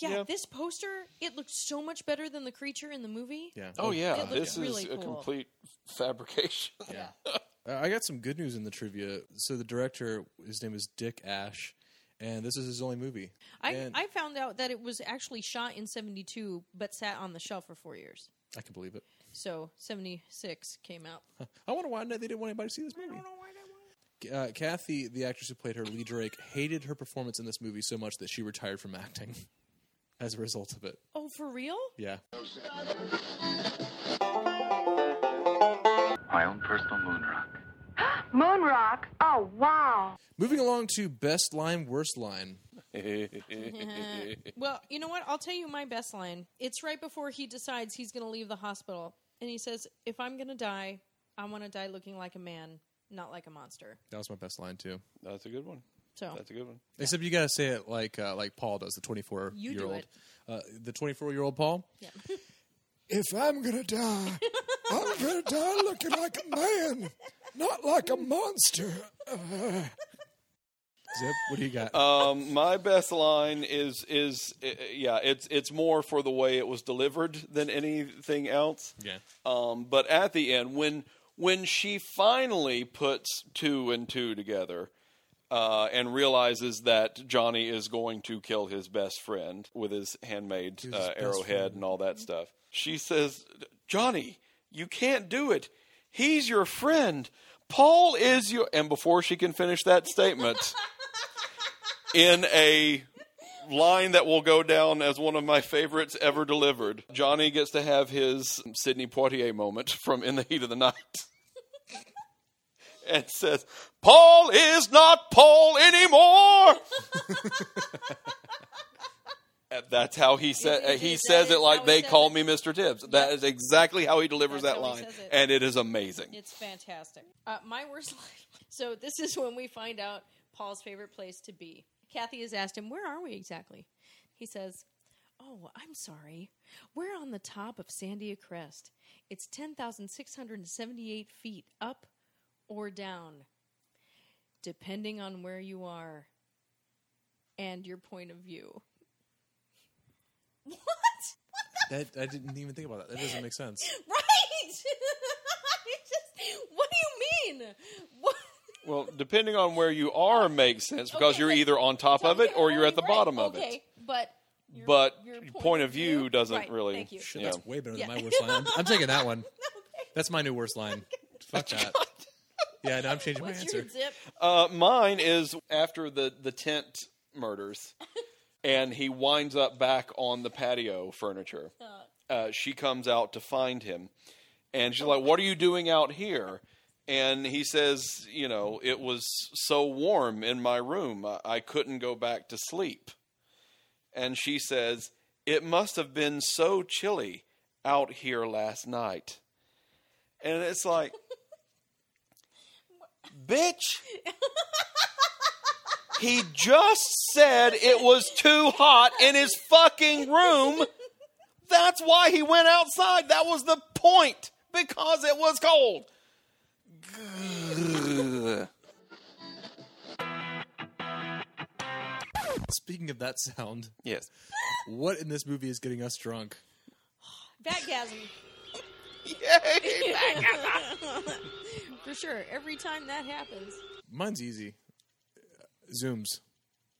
Speaker 2: Yeah,
Speaker 9: Yeah.
Speaker 2: this poster it looks so much better than the creature in the movie.
Speaker 1: Yeah.
Speaker 9: oh, yeah.
Speaker 2: It
Speaker 9: This
Speaker 2: looks really
Speaker 9: is a
Speaker 2: cool.
Speaker 9: complete fabrication.
Speaker 2: Yeah.
Speaker 1: Uh, I got some good news in the trivia. So the director, his name is Dick Ash, and this is his only movie.
Speaker 2: I,
Speaker 1: And-
Speaker 2: I found out that it was actually shot in 72 but sat on the shelf for 4 years.
Speaker 1: I can believe it.
Speaker 2: So 76 came out.
Speaker 1: I wonder why they didn't want anybody to see this movie. Uh, Kathy, the actress who played her, Lee Drake, hated her performance in this movie so much that she retired from acting as a result of it.
Speaker 2: Oh, for real?
Speaker 1: Yeah.
Speaker 3: My own personal moon rock.
Speaker 8: Moon rock? Oh, wow.
Speaker 1: Moving along to best line, worst line.
Speaker 2: Well, you know what? I'll tell you my best line. It's right before he decides he's going to leave the hospital. And he says, If I'm going to die, I want to die looking like a man, not like a monster.
Speaker 1: That was my best line too.
Speaker 9: That's a good one.
Speaker 2: So,
Speaker 9: That's a good one.
Speaker 1: Except you gotta say it like uh, like Paul does, the twenty four
Speaker 2: You
Speaker 1: year
Speaker 2: do
Speaker 1: old,
Speaker 2: it.
Speaker 1: uh, the twenty four year old Paul.
Speaker 2: yeah.
Speaker 1: If I'm gonna die, I'm gonna die looking like a man, not like a monster. Zip, what do you got?
Speaker 9: Um, my best line is is uh, yeah, it's it's more for the way it was delivered than anything else.
Speaker 1: Yeah.
Speaker 9: Um, but at the end, when when she finally puts two and two together, uh, and realizes that Johnny is going to kill his best friend with his handmade
Speaker 1: He was his
Speaker 9: uh,
Speaker 1: best
Speaker 9: arrowhead
Speaker 1: friend. Mm-hmm.
Speaker 9: and all that stuff. She says, Johnny, you can't do it. He's your friend. Paul is your. And before she can finish that statement, in a line that will go down as one of my favorites ever delivered, Johnny gets to have his Sidney Poitier moment from In the Heat of the Night. and says, Paul is not Paul anymore. And That's how he said.
Speaker 2: It is-
Speaker 9: He
Speaker 2: that
Speaker 9: says
Speaker 2: is
Speaker 9: it
Speaker 2: how
Speaker 9: like
Speaker 2: he
Speaker 9: they
Speaker 2: says
Speaker 9: call
Speaker 2: it.
Speaker 9: me Mr. Tibbs. That is exactly how he delivers
Speaker 2: That's
Speaker 9: that
Speaker 2: how he
Speaker 9: line,
Speaker 2: says it.
Speaker 9: and it is amazing.
Speaker 2: It's fantastic. Uh, my worst line. So this is when we find out Paul's favorite place to be. Kathy has asked him, "Where are we exactly?" He says, "Oh, I'm sorry. We're on the top of Sandia Crest. It's ten thousand six hundred and seventy-eight feet up or down, depending on where you are and your point of view."
Speaker 10: What?
Speaker 1: That I didn't even think about that. That doesn't make sense.
Speaker 10: Right?
Speaker 2: It's just- what do you mean? What?
Speaker 9: Well, depending on where you are, makes sense because
Speaker 2: Okay,
Speaker 9: you're
Speaker 2: but-
Speaker 9: either on top of it or you're at the
Speaker 2: Right,
Speaker 9: bottom of
Speaker 2: okay,
Speaker 9: it.
Speaker 2: But your-
Speaker 9: But
Speaker 2: your
Speaker 9: point, of view, doesn't
Speaker 2: Right,
Speaker 9: really.
Speaker 2: Thank you.
Speaker 1: Shit,
Speaker 9: Yeah.
Speaker 1: that's way better
Speaker 2: Yeah.
Speaker 1: than my worst line. I'm, I'm taking that one. That's my new worst line. Fuck that. Yeah, no, I'm changing my
Speaker 2: What's
Speaker 1: answer.
Speaker 2: your zip?
Speaker 9: Uh, mine is after the the tent murders, and he winds up back on the patio furniture. Uh, she comes out to find him, and she's like, "What are you doing out here?" And he says, "You know, it was so warm in my room, I, I couldn't go back to sleep." And she says, "It must have been so chilly out here last night." And it's like, bitch. He just said it was too hot in his fucking room. That's why he went outside. That was the point because it was cold. Grrr.
Speaker 1: Speaking of that sound,
Speaker 9: yes.
Speaker 1: what in this movie is getting us drunk?
Speaker 2: Batgasm.
Speaker 9: Yay.
Speaker 2: For sure. Every time that happens.
Speaker 1: Mine's easy. Zooms.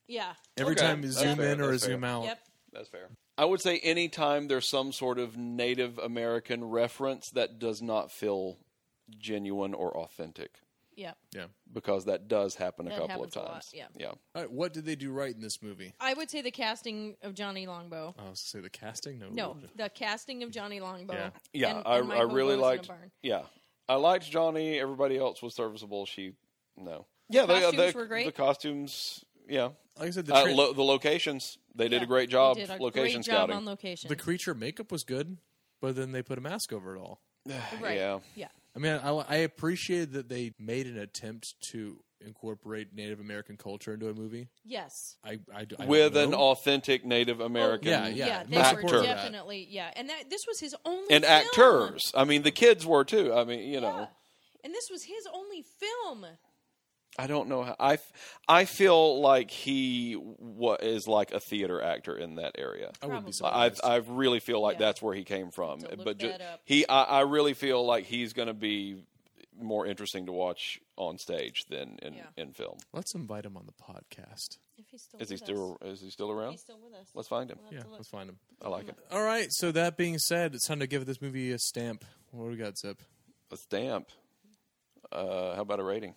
Speaker 2: Yeah.
Speaker 1: Every
Speaker 9: Okay,
Speaker 1: time you
Speaker 9: that's
Speaker 1: zoom
Speaker 9: fair,
Speaker 1: in or a
Speaker 9: that's fair.
Speaker 1: zoom out.
Speaker 2: Yep.
Speaker 9: That's fair. I would say anytime there's some sort of Native American reference that does not feel genuine or authentic
Speaker 2: Yep.
Speaker 1: Yeah.
Speaker 9: because that does happen a
Speaker 2: That
Speaker 9: couple
Speaker 2: happens
Speaker 9: of
Speaker 2: a lot,
Speaker 9: times.
Speaker 2: yeah.
Speaker 9: Yeah.
Speaker 1: All right, what did they do right in this movie?
Speaker 2: I would say the casting of Johnny Longbow.
Speaker 1: I was gonna say the casting. No.
Speaker 2: No, the casting of Johnny Longbow.
Speaker 1: Yeah.
Speaker 9: Yeah,
Speaker 2: and-
Speaker 9: I,
Speaker 2: and
Speaker 9: I
Speaker 2: Michael
Speaker 9: really
Speaker 2: Rose in a
Speaker 9: liked.
Speaker 2: barn.
Speaker 9: Yeah, I liked Johnny. Everybody else was serviceable. She no. Yeah, the
Speaker 2: Costumes
Speaker 9: the,
Speaker 2: were great.
Speaker 9: The costumes. Yeah,
Speaker 1: Like I said, uh, the,
Speaker 9: uh,
Speaker 1: tra-
Speaker 9: lo- the locations. They did
Speaker 2: Yeah,
Speaker 9: a great job.
Speaker 2: They did a
Speaker 9: location
Speaker 2: great
Speaker 9: scouting.
Speaker 2: Job on location.
Speaker 1: the creature makeup was good, but then they put a mask over it all.
Speaker 2: right.
Speaker 9: Yeah.
Speaker 2: Yeah.
Speaker 1: I mean, I, I appreciated that they made an attempt to incorporate Native American culture into a movie.
Speaker 2: Yes.
Speaker 1: I, I, I don't
Speaker 9: With an
Speaker 1: know. Oh,
Speaker 9: authentic Native American
Speaker 1: Yeah, yeah.
Speaker 2: Yeah. They
Speaker 1: most
Speaker 2: were
Speaker 1: important.
Speaker 2: definitely. Yeah. And that this was his only
Speaker 9: and
Speaker 2: film.
Speaker 9: actors. I mean, the kids were too. I mean, you know,
Speaker 2: Yeah. And this was his only film.
Speaker 9: I don't know how I, f- I feel like he what is like a theater actor in that area.
Speaker 1: I wouldn't be
Speaker 9: I
Speaker 1: surprised.
Speaker 9: I really feel like
Speaker 2: Yeah.
Speaker 9: that's where he came from.
Speaker 2: To look
Speaker 9: But ju-
Speaker 2: that up.
Speaker 9: he I, I really feel like he's going to be more interesting to watch on stage than in,
Speaker 2: Yeah.
Speaker 9: in film.
Speaker 1: Let's invite him on the podcast.
Speaker 2: If he's still
Speaker 9: Is he
Speaker 2: with
Speaker 9: still is he still
Speaker 2: Us.
Speaker 9: around?
Speaker 2: He's still with us.
Speaker 9: Let's find him.
Speaker 2: We'll have
Speaker 1: Yeah,
Speaker 2: to look.
Speaker 1: let's find him.
Speaker 9: I like it.
Speaker 1: All right. So that being said, it's time to give this movie a stamp. What do we got, Zip?
Speaker 9: A stamp. Uh, how about a rating?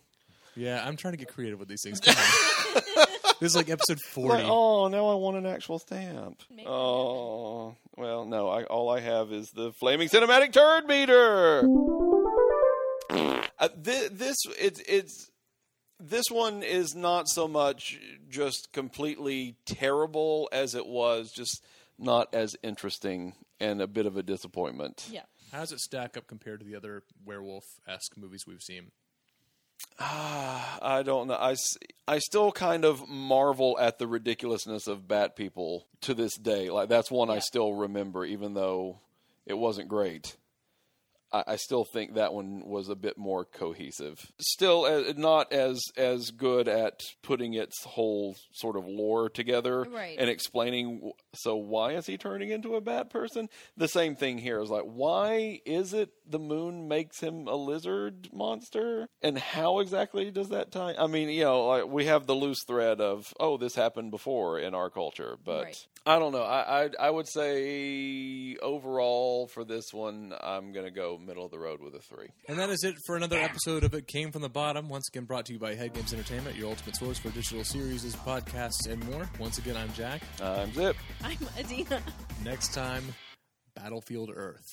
Speaker 1: Yeah, I'm trying to get creative with these things. Come on. this is like episode 40.
Speaker 9: Like, oh, now I want an actual stamp.
Speaker 2: Make it
Speaker 9: Oh, well, no. I, all I have is the flaming cinematic turd meter. Uh, thi- this it's it's this one is not so much just completely terrible as it was just not as interesting and a bit of a disappointment.
Speaker 2: Yeah.
Speaker 1: How does it stack up compared to the other werewolf esque movies we've seen?
Speaker 9: Ah, I don't know. I, s- I still kind of marvel at the ridiculousness of bat people to this day. Like that's one I still remember, even though it wasn't great. I, I still think that one was a bit more cohesive. Still, uh, not as as good at putting its whole sort of lore together
Speaker 2: Right.
Speaker 9: and explaining. w- So why is he turning into a bad person? The same thing here is like, why is it the moon makes him a lizard monster, and how exactly does that tie? I mean, you know, like we have the loose thread of oh, this happened before in our culture, but
Speaker 2: Right.
Speaker 9: I don't know. I, I I would say overall for this one, I'm gonna go middle of the road with a three.
Speaker 1: And that is it for another episode of It Came From the Bottom. Once again, brought to you by Head Games Entertainment, your ultimate source for digital series, podcasts, and more. Once again, I'm Jack.
Speaker 9: I'm Zip.
Speaker 2: I'm Adina.
Speaker 1: Next time, Battlefield Earth.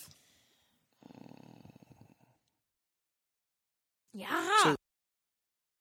Speaker 2: Yeah.